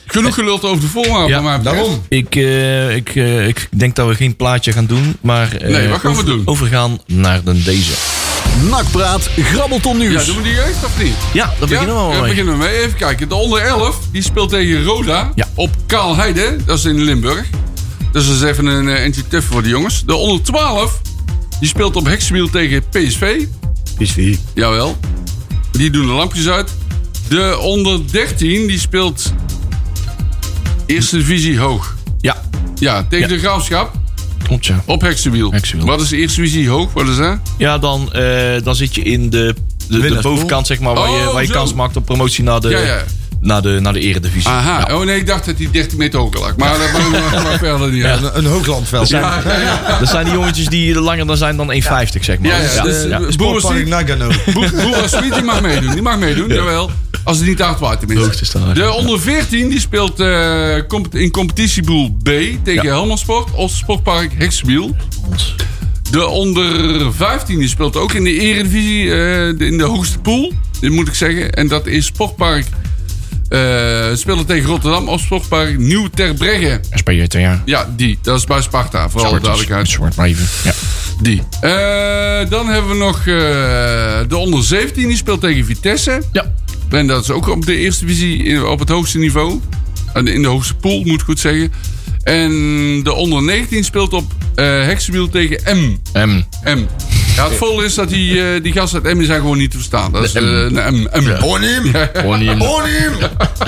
Genoeg geluld over de voormaat.
Ja,
maar
Daarom.
Ik, eh, ik, eh, ik denk dat we geen plaatje gaan doen, maar eh,
Nee, wat gaan we
over-
doen?
overgaan naar de deze.
Nakpraat, grabbelton
Ja,
nieuws.
doen we die juist of niet?
Ja, daar beginnen we
daar
al mee.
beginnen we mee. Even kijken. De onder 11 die speelt tegen Roda
Ja.
op Kaalheide. Dat is in Limburg. Dus dat is even een eh, eentje tuf voor de jongens. De onder 12 die speelt op Hexenwiel tegen PSV.
PSV.
Jawel. Die doen de lampjes uit. De onder 13 die speelt eerste divisie hoog.
Ja,
Ja, tegen
Ja.
de graafschap
klopt ja.
op Hexenwiel.
Heksenwiel.
Wat is de eerste divisie hoog? Wat is dat?
Ja, dan, eh, dan zit je in de, de, de
Winnaarspool.
bovenkant, zeg maar, waar je,
Oh,
waar je
zo.
kans maakt op promotie naar de,
Ja, ja.
Naar de, naar de eredivisie.
Aha. Oh nee, ik dacht dat die 13 meter hoog lag. Maar dat maakt me <laughs> maar verder niet uit.
Een, een hooglandveld.
zijn-
Ja, ja, ja.
<laughs> Dat zijn die jongetjes die er langer dan zijn dan 1,50, zeg maar.
Ja, ja, dus, eh,
Een
Boer is
Sportpark
niet-
Nagano.
Boer- Boer Smit, die mag meedoen. Die mag meedoen, jawel. Als het niet hard waait
Hoogte is te
tenminste.
laag.
De onder 14 die speelt eh, comp- in competitieboel B tegen
Ja.
Helmond Sport op Sportpark Hexwiel. De onder 15 die speelt ook in de eredivisie eh, de- in de hoogste pool. Dit moet ik zeggen. En dat is Sportpark. eh spelen tegen Rotterdam op Sportpark Nieuw Terbregge.
SPJT, ja.
Ja, die. Dat is bij Sparta, voor alle
Zwart is-
duidelijkheid.
Zwart maar even. Ja.
Die. Eh, dan hebben we nog eh, de onder 17. Die speelt tegen Vitesse.
ja.
En dat is ook op de eerste divisie in- op het hoogste niveau. En In de hoogste pool, moet ik goed zeggen. En de onder 19 speelt op eh Heksenwiel tegen M.
Ehm,
M. Ja, het volle is dat die, eh, die gast uit M zijn gewoon niet te verstaan. Dat is
De
eh,
M.
een M. M.
Onim! Oh.
gewoon niet in de-
Onim!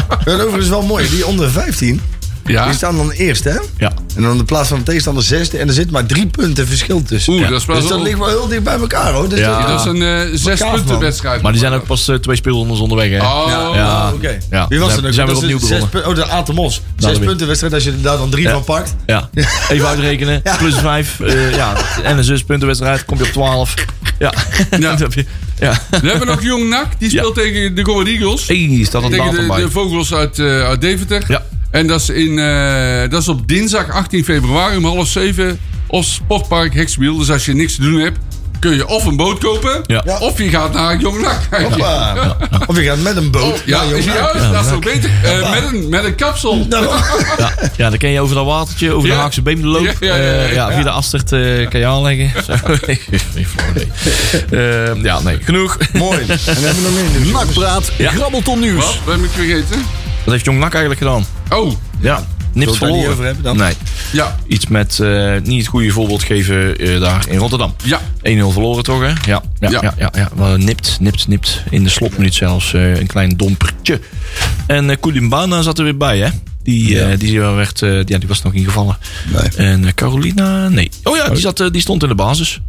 Dat is overigens wel mooi. Die onder 15,
Ja.
Die staan dan eerst, hè?
Ja.
En dan in plaats van de tegenstander zesde. En er zit maar drie punten verschil tussen.
Oeh,
Ja.
dat is wel
Dus dat
zo-
ligt wel heel dicht bij elkaar, hoor. Dus
Ja.
dat-
Dat is een eh, zes
Kaafman.
punten wedstrijd.
Maar die zijn ook pas eh, twee speelrondes onderweg, hè?
Oh,
Ja.
Ah, oké.
Ja.
Wie was
Zijn-
er ook?
zijn we
Dat is
opnieuw
zes
begonnen.
pun- Oh, de Atomos. Zes
Daarmee.
punten wedstrijd. Als je daar dan drie
Ja.
van pakt.
Ja. Even uitrekenen. Plus vijf. eh, ja. En een zuspuntenwedstrijd. Kom je op twaalf. Ja. <laughs>
Ja.
Dat heb je. Ja.
We hebben nog Jong Nak. Die speelt tegen de Go Ahead Eagles.
Hey, staat een
Tegen
datum
de,
bij.
de vogels uit, eh, uit Deventer.
Ja.
En dat is, in, eh, dat is op dinsdag 18 februari om half zeven op Sportpark Hexwiel. Dus als je niks te doen hebt, kun je of een boot kopen,
Ja. Ja.
of je gaat naar Jong Nak. Ja, Oh,
Hoppa. Of je gaat met een boot.
ja,
Oh, naar Jong Nak.
juist, dat is nog beter. Eh, met, een, met een kapsel.
Ja. ja, dan kan je over dat watertje, over
Ja.
de Haagse Beemloop.
Ja,
Ja,
ja, ja, ja.
via de Astert eh kan je aanleggen. Zo. <laughs> Nee, geen flauw idee. Eh, ja, nee, genoeg.
Mooi. En dan hebben we nog meer nieuws.
Nakpraat,
Ja.
grabbelton nieuws.
Wat? Wat heb ik vergeten?
Wat heeft Jong Nak eigenlijk gedaan?
Oh,
Ja, nipt
het daar niet
verloren.
over hebben dan?
Nee,
ja.
iets met eh, niet het goede voorbeeld geven eh, daar in Rotterdam.
Ja.
1-0 verloren toch, hè? Ja, ja,
Ja.
ja. ja, ja, Maar nipt, nipt, nipt. In de slotminuut zelfs eh, een klein dompertje. En eh Kulimbana zat er weer bij, hè? Die, eh, die, werd, eh, ja, die was nog ingevallen. En eh, Carolina, nee. Oh ja, die, zat, eh, die stond in de basis.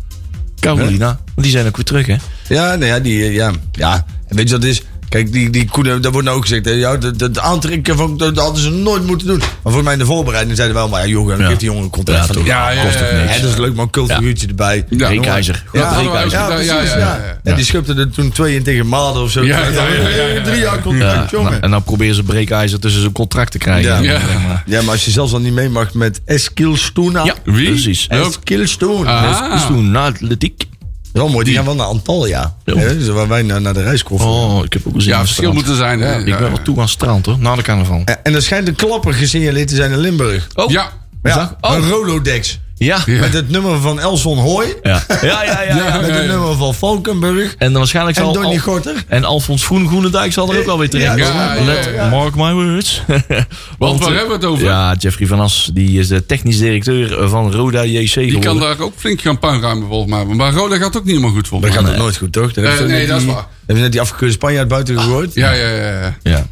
Carolina. Want die zijn ook weer terug, hè?
Ja, nee, ja, die, eh, ja, ja. En weet je wat het is? Kijk, die, die Koenen, daar wordt nou ook gezegd, hè, ja, dat, dat aantrekken van, dat, dat hadden ze nooit moeten doen. Maar volgens mij in de voorbereiding zeiden wel, maar ja, jongen, dan
Ja.
geeft die jongen een contract
Ja,
van
toch.
Ja, ja,
kost
ja,
het
ja.
niks. Hè, dat is leuk, maar een cultuurtje erbij.
Ja.
Jongen.
Reekijzer.
Ja,
Grote
ja,
reekijzer.
ja,
Ja,
precies,
ja, ja,
ja,
ja.
En die schupte er toen twee in tegen Maden of zo.
Ja, ja, ja, ja, ja.
Drie jaar
Ja,
contract, jongen.
en dan proberen ze breekijzer tussen zijn contract te krijgen.
Ja.
Ja.
Zeg maar.
Ja, maar als je zelfs al niet mee mag met Eskilstuna.
Ja,
Wie?
precies.
Ja.
Eskilstuna.
Ah.
Dus toen na atletiek.
Wel mooi, die gaan wel naar Antalya.
Ja.
Hè, dus waar wij naar, naar de reiskoffer.
Oh, ik heb ook een zin
Ja,
in het
verschil
strand.
moet er zijn. hè?
Ja, ik ben wel toe aan het strand hoor, na de carnaval.
En, en er schijnt een klapper gesignaleerd te zijn in Limburg.
Oh,
Ja.
Ja,
Oh.
een Rolodex.
Ja. Ja.
Met het nummer van Elson Hooy.
Ja. ja, ja, ja.
Ja.
Met het nummer van Valkenburg.
En dan waarschijnlijk
En
zal
Donny
Al-
Gorter.
en Alfons Groen Groenendijk zal er ook alweer terecht
Ja,
komen.
ja, ja,
Let-
ja.
Mark my words. <laughs>
Want waar
eh,
hebben we het over?
Ja, Jeffrey van As, die is de technisch directeur van Roda JC
Die kan
geworden.
daar ook flink gaan puinruimen volgens mij. Maar Roda gaat ook niet helemaal goed volgens
Dat
mij.
gaat het nooit goed, toch? Dan
Eh,
hebben ze
nee,
net
dat is
die-
waar. Ah,
Hebben ze net die afgekeurde Spanjaard buiten gegooid?
Ja, ja, ja. ja.
Ja.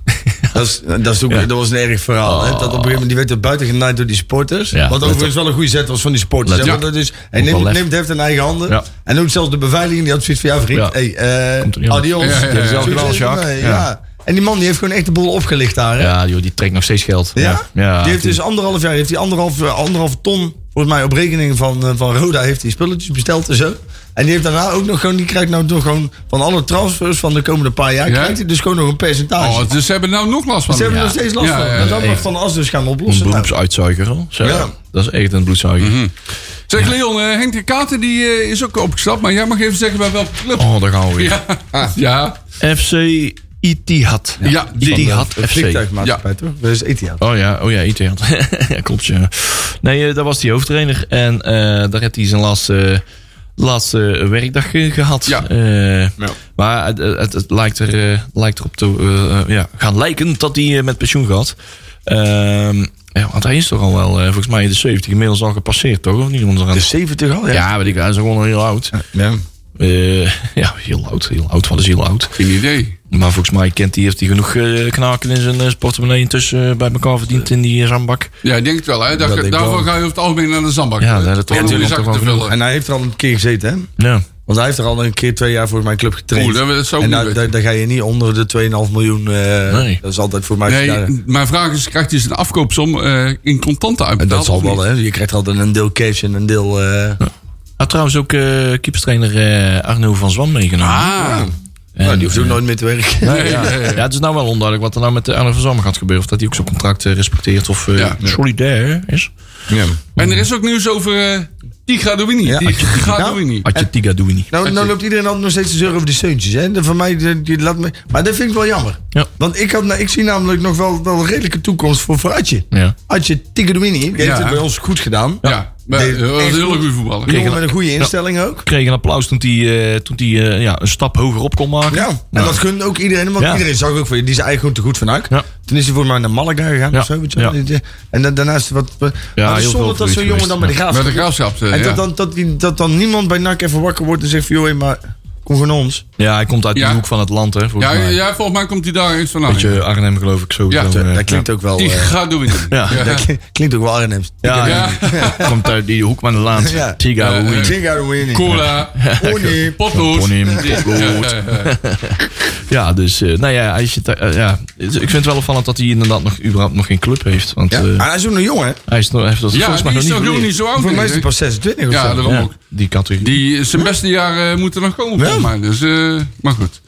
Dat, is, eh, dat, is ook, dat was een erg verhaal. Hè? Dat op een gegeven moment die werd er buiten genaaid door die sporters.
Ja,
wat
let
overigens wel een goede zet was van die sporters.
Let
hè,
op.
want dat is, hij
Ook
neemt,
wel lef.
neemt het heft in eigen handen.
Ja.
En ook zelfs de beveiliging die had zoiets van... Ja, vriend,
Ja.
hey,
Komt er
eh
niet
adios.
Ja, ja, ja.
Succes
Zelf
gedaan,
ermee,
Jacques.
ja.
Ja.
En die man die heeft gewoon echt de boel opgelicht daar. hè?
ja, joh, die trekt nog steeds geld.
Ja?
ja
die heeft
die-
dus anderhalf jaar, heeft hij anderhalf, eh, anderhalf ton, volgens mij op rekening van, eh, van Roda, heeft hij spulletjes besteld en zo. En die heeft daarna ook nog gewoon, die krijgt nou toch gewoon van alle transfers van de komende paar jaar,
Ja?
krijgt hij dus gewoon nog een percentage.
Oh, dus ze hebben nou nog last van
Ze hebben
hem.
er nog steeds last
Ja,
van.
ja, ja,
dat zou
echt.
maar Van As dus gaan
Een
oplossen. Nou,
beroepsuitzuiger. hoor. Zo,
Ja.
Dat is echt een bloedzuiger.
Mhm. Zeg Leon, eh, Henk de Katen die, eh, is ook opgestapt. Maar jij mag even zeggen bij welke club.
Oh, daar gaan we weer.
Ja.
Ah.
Ja. Ja.
FC Itihad.
Ja, die.
Itihad FC.
vliegtuigmaatschappij, toch? Dat is Etihad.
Oh ja, oh ja,
<laughs>
Itihad. ja, klopt, ja. Nee, eh, daar was hij hoofdtrainer. En eh, daar heeft hij zijn laatste, laatste werkdag eh, gehad.
Ja.
Eh, Maar het, het, het lijkt, er, eh, lijkt erop te eh, eh, ja, gaan lijken dat hij eh, met pensioen gaat. Ehm, ja, want hij is toch al wel, eh, volgens mij, de 70 inmiddels al gepasseerd, toch? Of niet? Onderaan?
Dus-
De 70 al, ja.
ja, weet ik, hij is gewoon al heel oud.
Ja.
Eh, ja, heel oud, heel oud. Wat is heel oud?
Geen idee.
Maar volgens mij kent hij, heeft hij genoeg eh, knaken in zijn eh, portemonnee intussen eh, bij elkaar verdiend in die eh, zandbak.
Ja, ik denk het wel. Hè. Daar-
Dat denk ik
daarvoor
wel.
ga je over het algemeen naar de zandbak.
Ja, dat is toch
Om
wel-
je
toch
zakken
wel
te vullen.
En hij heeft er al een keer gezeten, hè?
Ja.
Want hij heeft er al een keer twee jaar voor mijn club getraind.
Oeh, dat- dat zou ik
en
niet
nou,
weten.
daar, daar ga je niet onder de 2,5 miljoen. eh,
Nee.
Dat is altijd voor mij. daar-
Nee, mijn vraag is, krijgt hij zijn afkoopsom eh, in contanten
En
uitbetaald?
dat zal
of
wel,
niet?
hè? Je krijgt altijd een deel cash en een deel. eh,
Had trouwens ook eh keeperstrainer eh, Arno van Zwan meegenomen.
Ah,
En,
nou, die hoeft ook
eh,
nooit meer te werken.
nee, ja, ja, het is nou wel onduidelijk wat er nou met eh, Arno van Zwan gaat gebeuren. Of dat hij ook zijn contract eh, respecteert of eh,
Ja.
solidair is.
en er is ook nieuws over eh Tigradoini.
Ja.
Tigradoini.
Atjetiga doen we niet.
<laughs> Nou, nou loopt iedereen altijd nog steeds te zeuren over die zeuntjes. Hè? Dat van mij, die, die laat me, maar dat vind ik wel jammer.
Ja.
Want ik, had, nou, ik zie namelijk nog wel, wel een redelijke toekomst voor, voor Adje.
Ja.
Adje Tigadouini die
Ja.
heeft het bij ons goed gedaan.
Ja, maar,
Nee,
eh, dat was
echt
een hele
goed.
goede voetballer.
Jongen met een goede instelling ook.
Kreeg een applaus toen hij eh, toen hij, eh, ja, een stap hoger op kon maken. Nou,
Ja, en dat gunde ook iedereen. Want
Ja.
iedereen zag ook van je, die is eigenlijk gewoon te goed van uit.
Ja.
Toen is hij voor mij naar Malaga gegaan
Ja.
of zo. Weet je wel.
Ja.
En dan, daarnaast wat... Ja,
heel
maar het is
veel
zonde dat
verlies
zo'n jongen
geweest.
dan bij de
Met
graaf
de graafschap. eh,
En
ja.
dat, dan, dat, die- dat dan niemand bij NAC even wakker wordt en zegt van... joh, hé, maar Kom van ons.
Ja, hij komt uit de
Ja.
hoek van het land, hè? Volgens
Ja,
mij.
ja, volgens mij komt hij daar eens vandaan.
Beetje Arnhem, geloof ik, sowieso.
Ja,
eh,
Dat klinkt ook wel...
Die
eh,
gaat doen.
Ja.
Ja.
dat kli- klinkt ook wel Arnhems.
Ja,
Ja.
hij komt uit die hoek van de laan.
Ja.
Tiga,
Ja,
oei.
ja.
Jinga de winning.
Cola,
Pony.
potlood.
Pony,
Ja,
potlood.
ja, ja.
Ja, dus, eh, nou ja, als je het, eh, ja, ik vind het wel opvallend dat hij inderdaad nog, überhaupt nog geen club heeft. Want
Ja,
eh,
maar hij is ook nog jong, hè?
hij is nog, hij heeft dat
Ja,
volgens
die
mij nog
is
niet
ook nog niet
verleden.
zo oud.
Voor mij is hij
denk
pas 26
ik.
of
Ja,
zo.
daarom
Ja,
ook.
die categorie.
Die, zijn beste jaren eh, moeten nog komen, volgens mij. Dus, eh, maar goed.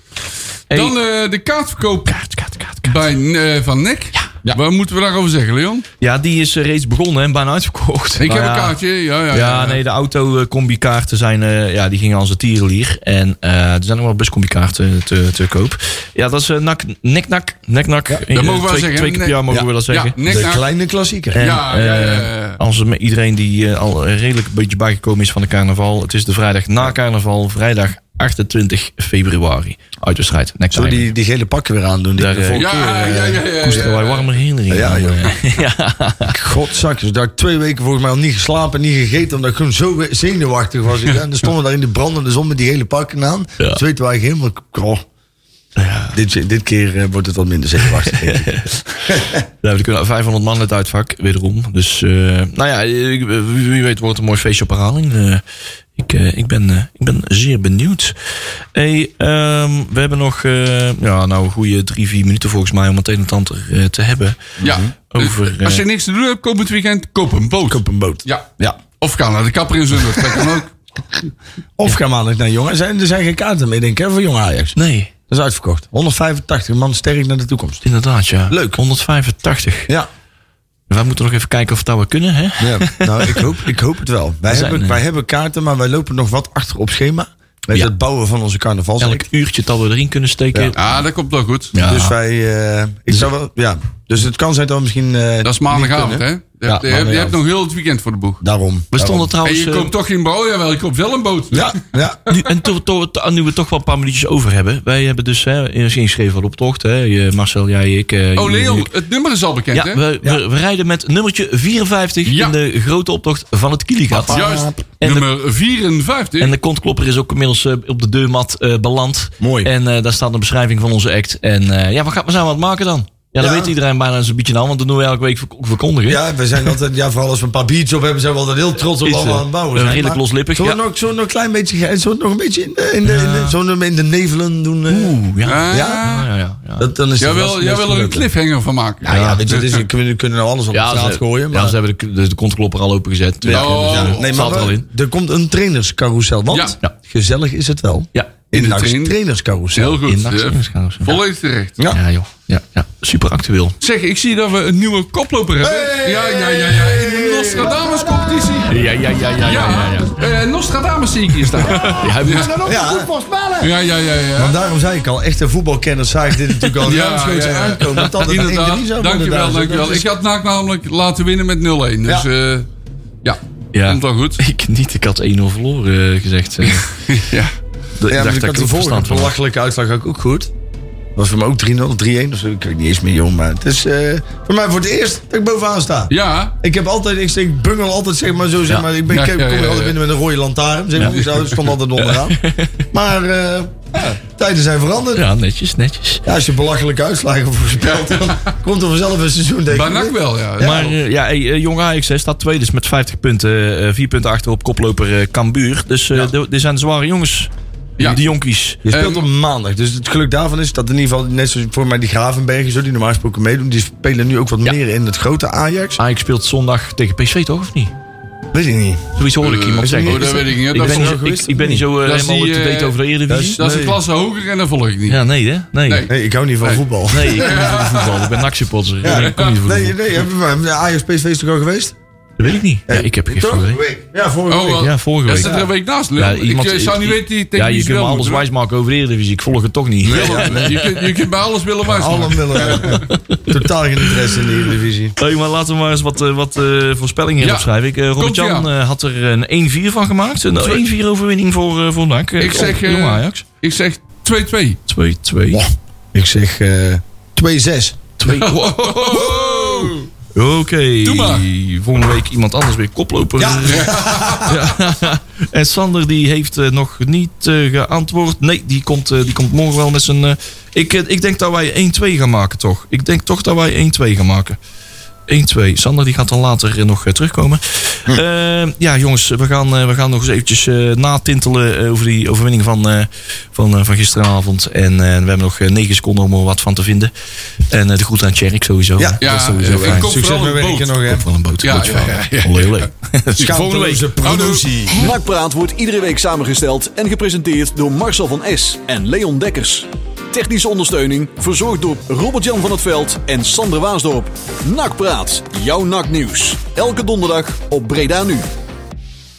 Hey.
Dan eh, de kaartverkoop
Kaart, kaart, kaart, kaart.
bij, eh, van Nick.
Ja.
Wat moeten we daarover zeggen, Leon?
Ja, die is eh, reeds begonnen en bijna uitverkocht.
Ik
Nou
heb een
ja.
kaartje. Ja, ja,
Ja, nee, de auto-combi-kaarten zijn, eh, ja, die gingen als een tierenlier. En eh, er zijn nog wel buscombi-kaarten eh, te, te koop. Ja, dat is eh, nak, nek-nak, nek-nak. Eh,
mogen we wel
twee,
zeggen,
Twee keer per
nek-
jaar mogen
Ja.
we dat zeggen.
Ja, Nick
De
naar-
kleine klassieker.
En,
Ja, ja, ja, ja.
eh, als het met iedereen die eh, al redelijk een beetje bijgekomen is van de carnaval. Het is de vrijdag na carnaval, vrijdag 28 februari. Uitwedstrijd. Nek
Zullen we die, die gele pakken weer aandoen? Die
Daar,
de
eh,
vorige
Ja,
keer,
ja,
eh,
ja, ja, ja.
koesteren wij warme herinneringen.
Ja,
aan,
joh. <laughs>
eh. ja.
Godzakjes, dus daar heb ik twee weken volgens mij al niet geslapen, niet gegeten, omdat ik gewoon zo we- zenuwachtig was. En dan stonden we daar in de brandende zon met die hele pakken aan.
Ja.
Dus weten wij helemaal, oh, dit, dit keer eh, wordt het wat minder zenuwachtig.
<laughs>
denk ik.
Ja, er kunnen 500 man het uitvak, wederom. Dus, eh, nou ja, ik- wie wie weet wordt het een mooi feestje op herhaling. Eh, ik, eh, ik, ben, eh, ik ben zeer benieuwd. Hey, ehm, we hebben nog eh, ja, nou, een goede drie, vier minuten volgens mij om het een en het ander eh, te hebben.
Ja. Dus
Over,
Als je
eh,
niks te doen hebt, komend weekend, koop een boot.
Koop een boot.
Ja.
Ja.
Of ga naar de kapper in Zundert. Dat kan
<laughs>
ook.
Of ga maandag naar jongen. Er zijn, er zijn geen kaarten meer, denk ik, hè, voor jong Ajax.
Nee,
Dat is uitverkocht. 185 man sterk naar de toekomst.
inderdaad ja.
Leuk.
185.
Ja,
Wij moeten nog even kijken of dat we kunnen, hè?
ja. nou, ik hoop, ik hoop het wel. Wij,
zijn,
hebben,
eh,
wij hebben kaarten, maar wij lopen nog wat achter op schema. Met
Ja.
het bouwen van onze carnaval.
Elk uurtje dat we erin kunnen steken. Ja.
Ja, dat komt wel goed.
Dus wij, eh, ik zou wel, ja. Dus het kan zijn dat we misschien. eh,
Dat is maandagavond,
niet
hè?
kunnen.
Je, hebt, je hebt- je hebt
maandagavond.
nog heel het weekend voor de boeg.
Daarom.
we stonden
En
trouwens...
je
eh,
koopt toch geen boot? Jawel, je koopt wel een boot.
Ja, ja.
Nu, en to, to- to- nu we toch wel een paar minuutjes over hebben. Wij hebben dus hè, is ingeschreven voor de optocht. Hè, je, Marcel, jij, ik. eh,
Oh,
jullie-
Leon, het nummer is al bekend,
Ja,
hè?
we, we, we rijden met nummertje 54
Ja.
in de grote optocht van het Kiligat.
Juist.
En de-
nummer 54.
En de kontklopper is ook inmiddels eh, op de deurmat eh, beland.
Mooi.
En eh, daar staat een beschrijving van onze act. En eh, ja, wat gaan we samen aan het maken dan? Ja, dat
Ja.
weet iedereen bijna zo'n beetje nou, want dat doen we elke week verk- verkondigen.
Ja, we zijn altijd, ja, vooral als we een paar biertjes op hebben, zijn we altijd heel trots op
Iets,
wat we
eh,
aan het bouwen.
eh,
zijn.
redelijk
Maar
loslippig,
Zullen we
ja.
nog, zullen we nog een klein beetje, ge- zullen we nog een beetje in de, in de, in de, zullen we in de nevelen doen? eh?
Oeh, ja.
Ah,
Ja?
Ja, ja, ja, ja.
Dat, dan is
Jij
het
wil,
vast-
jij
best
wil er een
leuk.
cliffhanger van maken.
Nou ja, weet je, dat is, we kunnen, kunnen nou alles op
Ja,
de straat
ze,
gooien. Maar,
ja, ze hebben de,
dus
de, de kontklopper al opengezet.
Ja,
oh,
ja,
nee, maar
staat er al
we-
in.
er komt een trainerscarousel, want
Ja.
Ja.
gezellig is het wel.
Ja.
In,
de
de
train-
trainerscarousel.
Heel goed.
Inderdaad,
Ja.
waarschijnlijk zo.
Volledig terecht.
Ja.
Ja, joh. Ja, ja. Super actueel.
Zeg, ik zie dat we een nieuwe koploper hebben. Ja, ja, ja, ja. In de Nostradamus-competitie.
Ja, ja, ja, ja,
Ja, Eh, Nostradamus zie ik hier staan.
Hij moet-
Ja,
Ja, ja, ja, ja.
want daarom zei ik al, echte voetbalkenners zagen dit natuurlijk
<laughs>
al
Ja,
ruimschoots
ja, ja.
aankomen. Dat dat het in één keer niet
Inderdaad.
zou worden
Dankjewel,
daar.
dankjewel.
Dat is-
Ik had NAC namelijk laten winnen met 0-1. Dus eh, ja,
Ja.
komt wel
<laughs>
goed.
Ik niet, ik had 1-0 verloren eh, gezegd. eh.
Ja.
D-
Ja, maar ik had
er
de vorige
verstand van had.
belachelijke uitslag ook, ook goed. Was voor mij ook 3-0, 3-1 of zo. Ik weet niet eens meer, jong. Maar het is eh, voor mij voor het eerst dat ik bovenaan sta.
Ja,
Ik heb altijd, ik, ik bungel altijd zeg maar zo, zeg maar. Ik, ben,
Ja,
ik
ja,
kom
ja,
altijd
ja.
binnen met een rode lantaarn. Zeg maar, ik zou- ik stond altijd onderaan. Maar eh, ja, tijden zijn veranderd. Ja.
Ja, netjes, netjes.
als je belachelijke uitslagen voorspelt, dan komt er vanzelf een seizoen tegen.
bij NAC wel, ja.
Maar eh, ja, hey, eh, Jong Ajax hè, staat tweede dus met 50 punten. eh 4 punten achter op koploper eh Cambuur. Dus eh, d- dit zijn zware jongens.
Ja.
Die jonkies.
Je speelt
Ehm,
op maandag. Dus het geluk daarvan is dat in ieder geval, net zoals voor mij die Gravenbergen, zo, die normaal gesproken meedoen, die spelen nu ook wat meer in het grote Ajax.
Ajax speelt zondag tegen PSV toch, of niet?
Weet ik niet.
Zoiets hoorde ik
Eh,
iemand
oh,
zeggen.
dat weet ik niet.
Ik
Dat
ben
is
niet
zo
zo-
geweest,
ik- Ik ben
of
niet zo eh,
Dat is
helemaal
die,
up to date
eh,
over de Eredivisie.
Dat is een
Nee.
klasse hoger en dat volg ik niet.
Ja, nee hè? Nee.
Nee.
Nee, ik hou niet van voetbal.
Nee, ik ben niet voor voetbal. Ik ben NAC-supporter.
Ja.
Nee, ik kom niet voor de
<laughs> Nee,
voetbal.
nee, hebben we- de Ajax PSV is toch al geweest?
Dat weet ik niet. Ja, ik heb gisteren...
Toch?
gezien.
Ja, vorige
Oh, wel.
week.
Ja, vorige
Dat
week.
is er een week naast, Lul.
Ja, iemand-
ik eh, zou niet
i-
weten die
Ja,
tegen
je
wie
kunt me alles
moeten.
wijsmaken over de Eredivisie. Ik volg het toch niet.
Lul, Je kunt- je kunt bij alles willen wijsmaken. <laughs>
Allemaal willen. <laughs> Totaal geen interesse in de Eredivisie.
Hey, maar laten we maar eens wat, eh, wat eh, voorspellingen
Ja.
opschrijven. Ik, eh, Robert-Jan
Komt-ie
eh, had er een 1-4 van gemaakt. Een 1-4 overwinning voor, eh, voor NAC. eh,
Ik zeg,
op Jong
eh,
Ajax.
Ik zeg 2-2.
2-2.
Ik zeg eh 2-6.
Twee-
Oh,
Oké,
Doe maar.
volgende week iemand anders weer koploper. <laughs> Ja. En Sander die heeft eh, nog niet eh, geantwoord. Nee, die komt, eh, die komt morgen wel met zijn... eh, ik, eh, ik denk dat wij 1-2 gaan maken, toch? Ik denk toch dat wij 1-2 gaan maken. 1-2. Sander die gaat dan later eh, nog eh, terugkomen.
Hm.
Eh, ja, jongens, we gaan, eh, we gaan nog eens eventjes eh, natintelen eh, over die overwinning van, eh, van, eh, van gisteravond. En eh, we hebben nog eh, 9 seconden om er wat van te vinden. En eh, de groet aan Tjerk sowieso.
Ja.
hè.
Ja,
dat is sowieso
eh,
fijn.
kom
Succes
vooral
met
een
werken
boot.
nog, hè?
Koop Van een boot.
Ja,
Ja, ja,
ja, ja.
Heel leuk.
Schaamteloze promotie.
Nakpraat wordt iedere week samengesteld en gepresenteerd door Marcel van S. en Leon Dekkers. Technische ondersteuning verzorgd door Robert-Jan van het Veld en Sander Waasdorp. Nakpraat, jouw naknieuws. Elke donderdag op Breda Nu.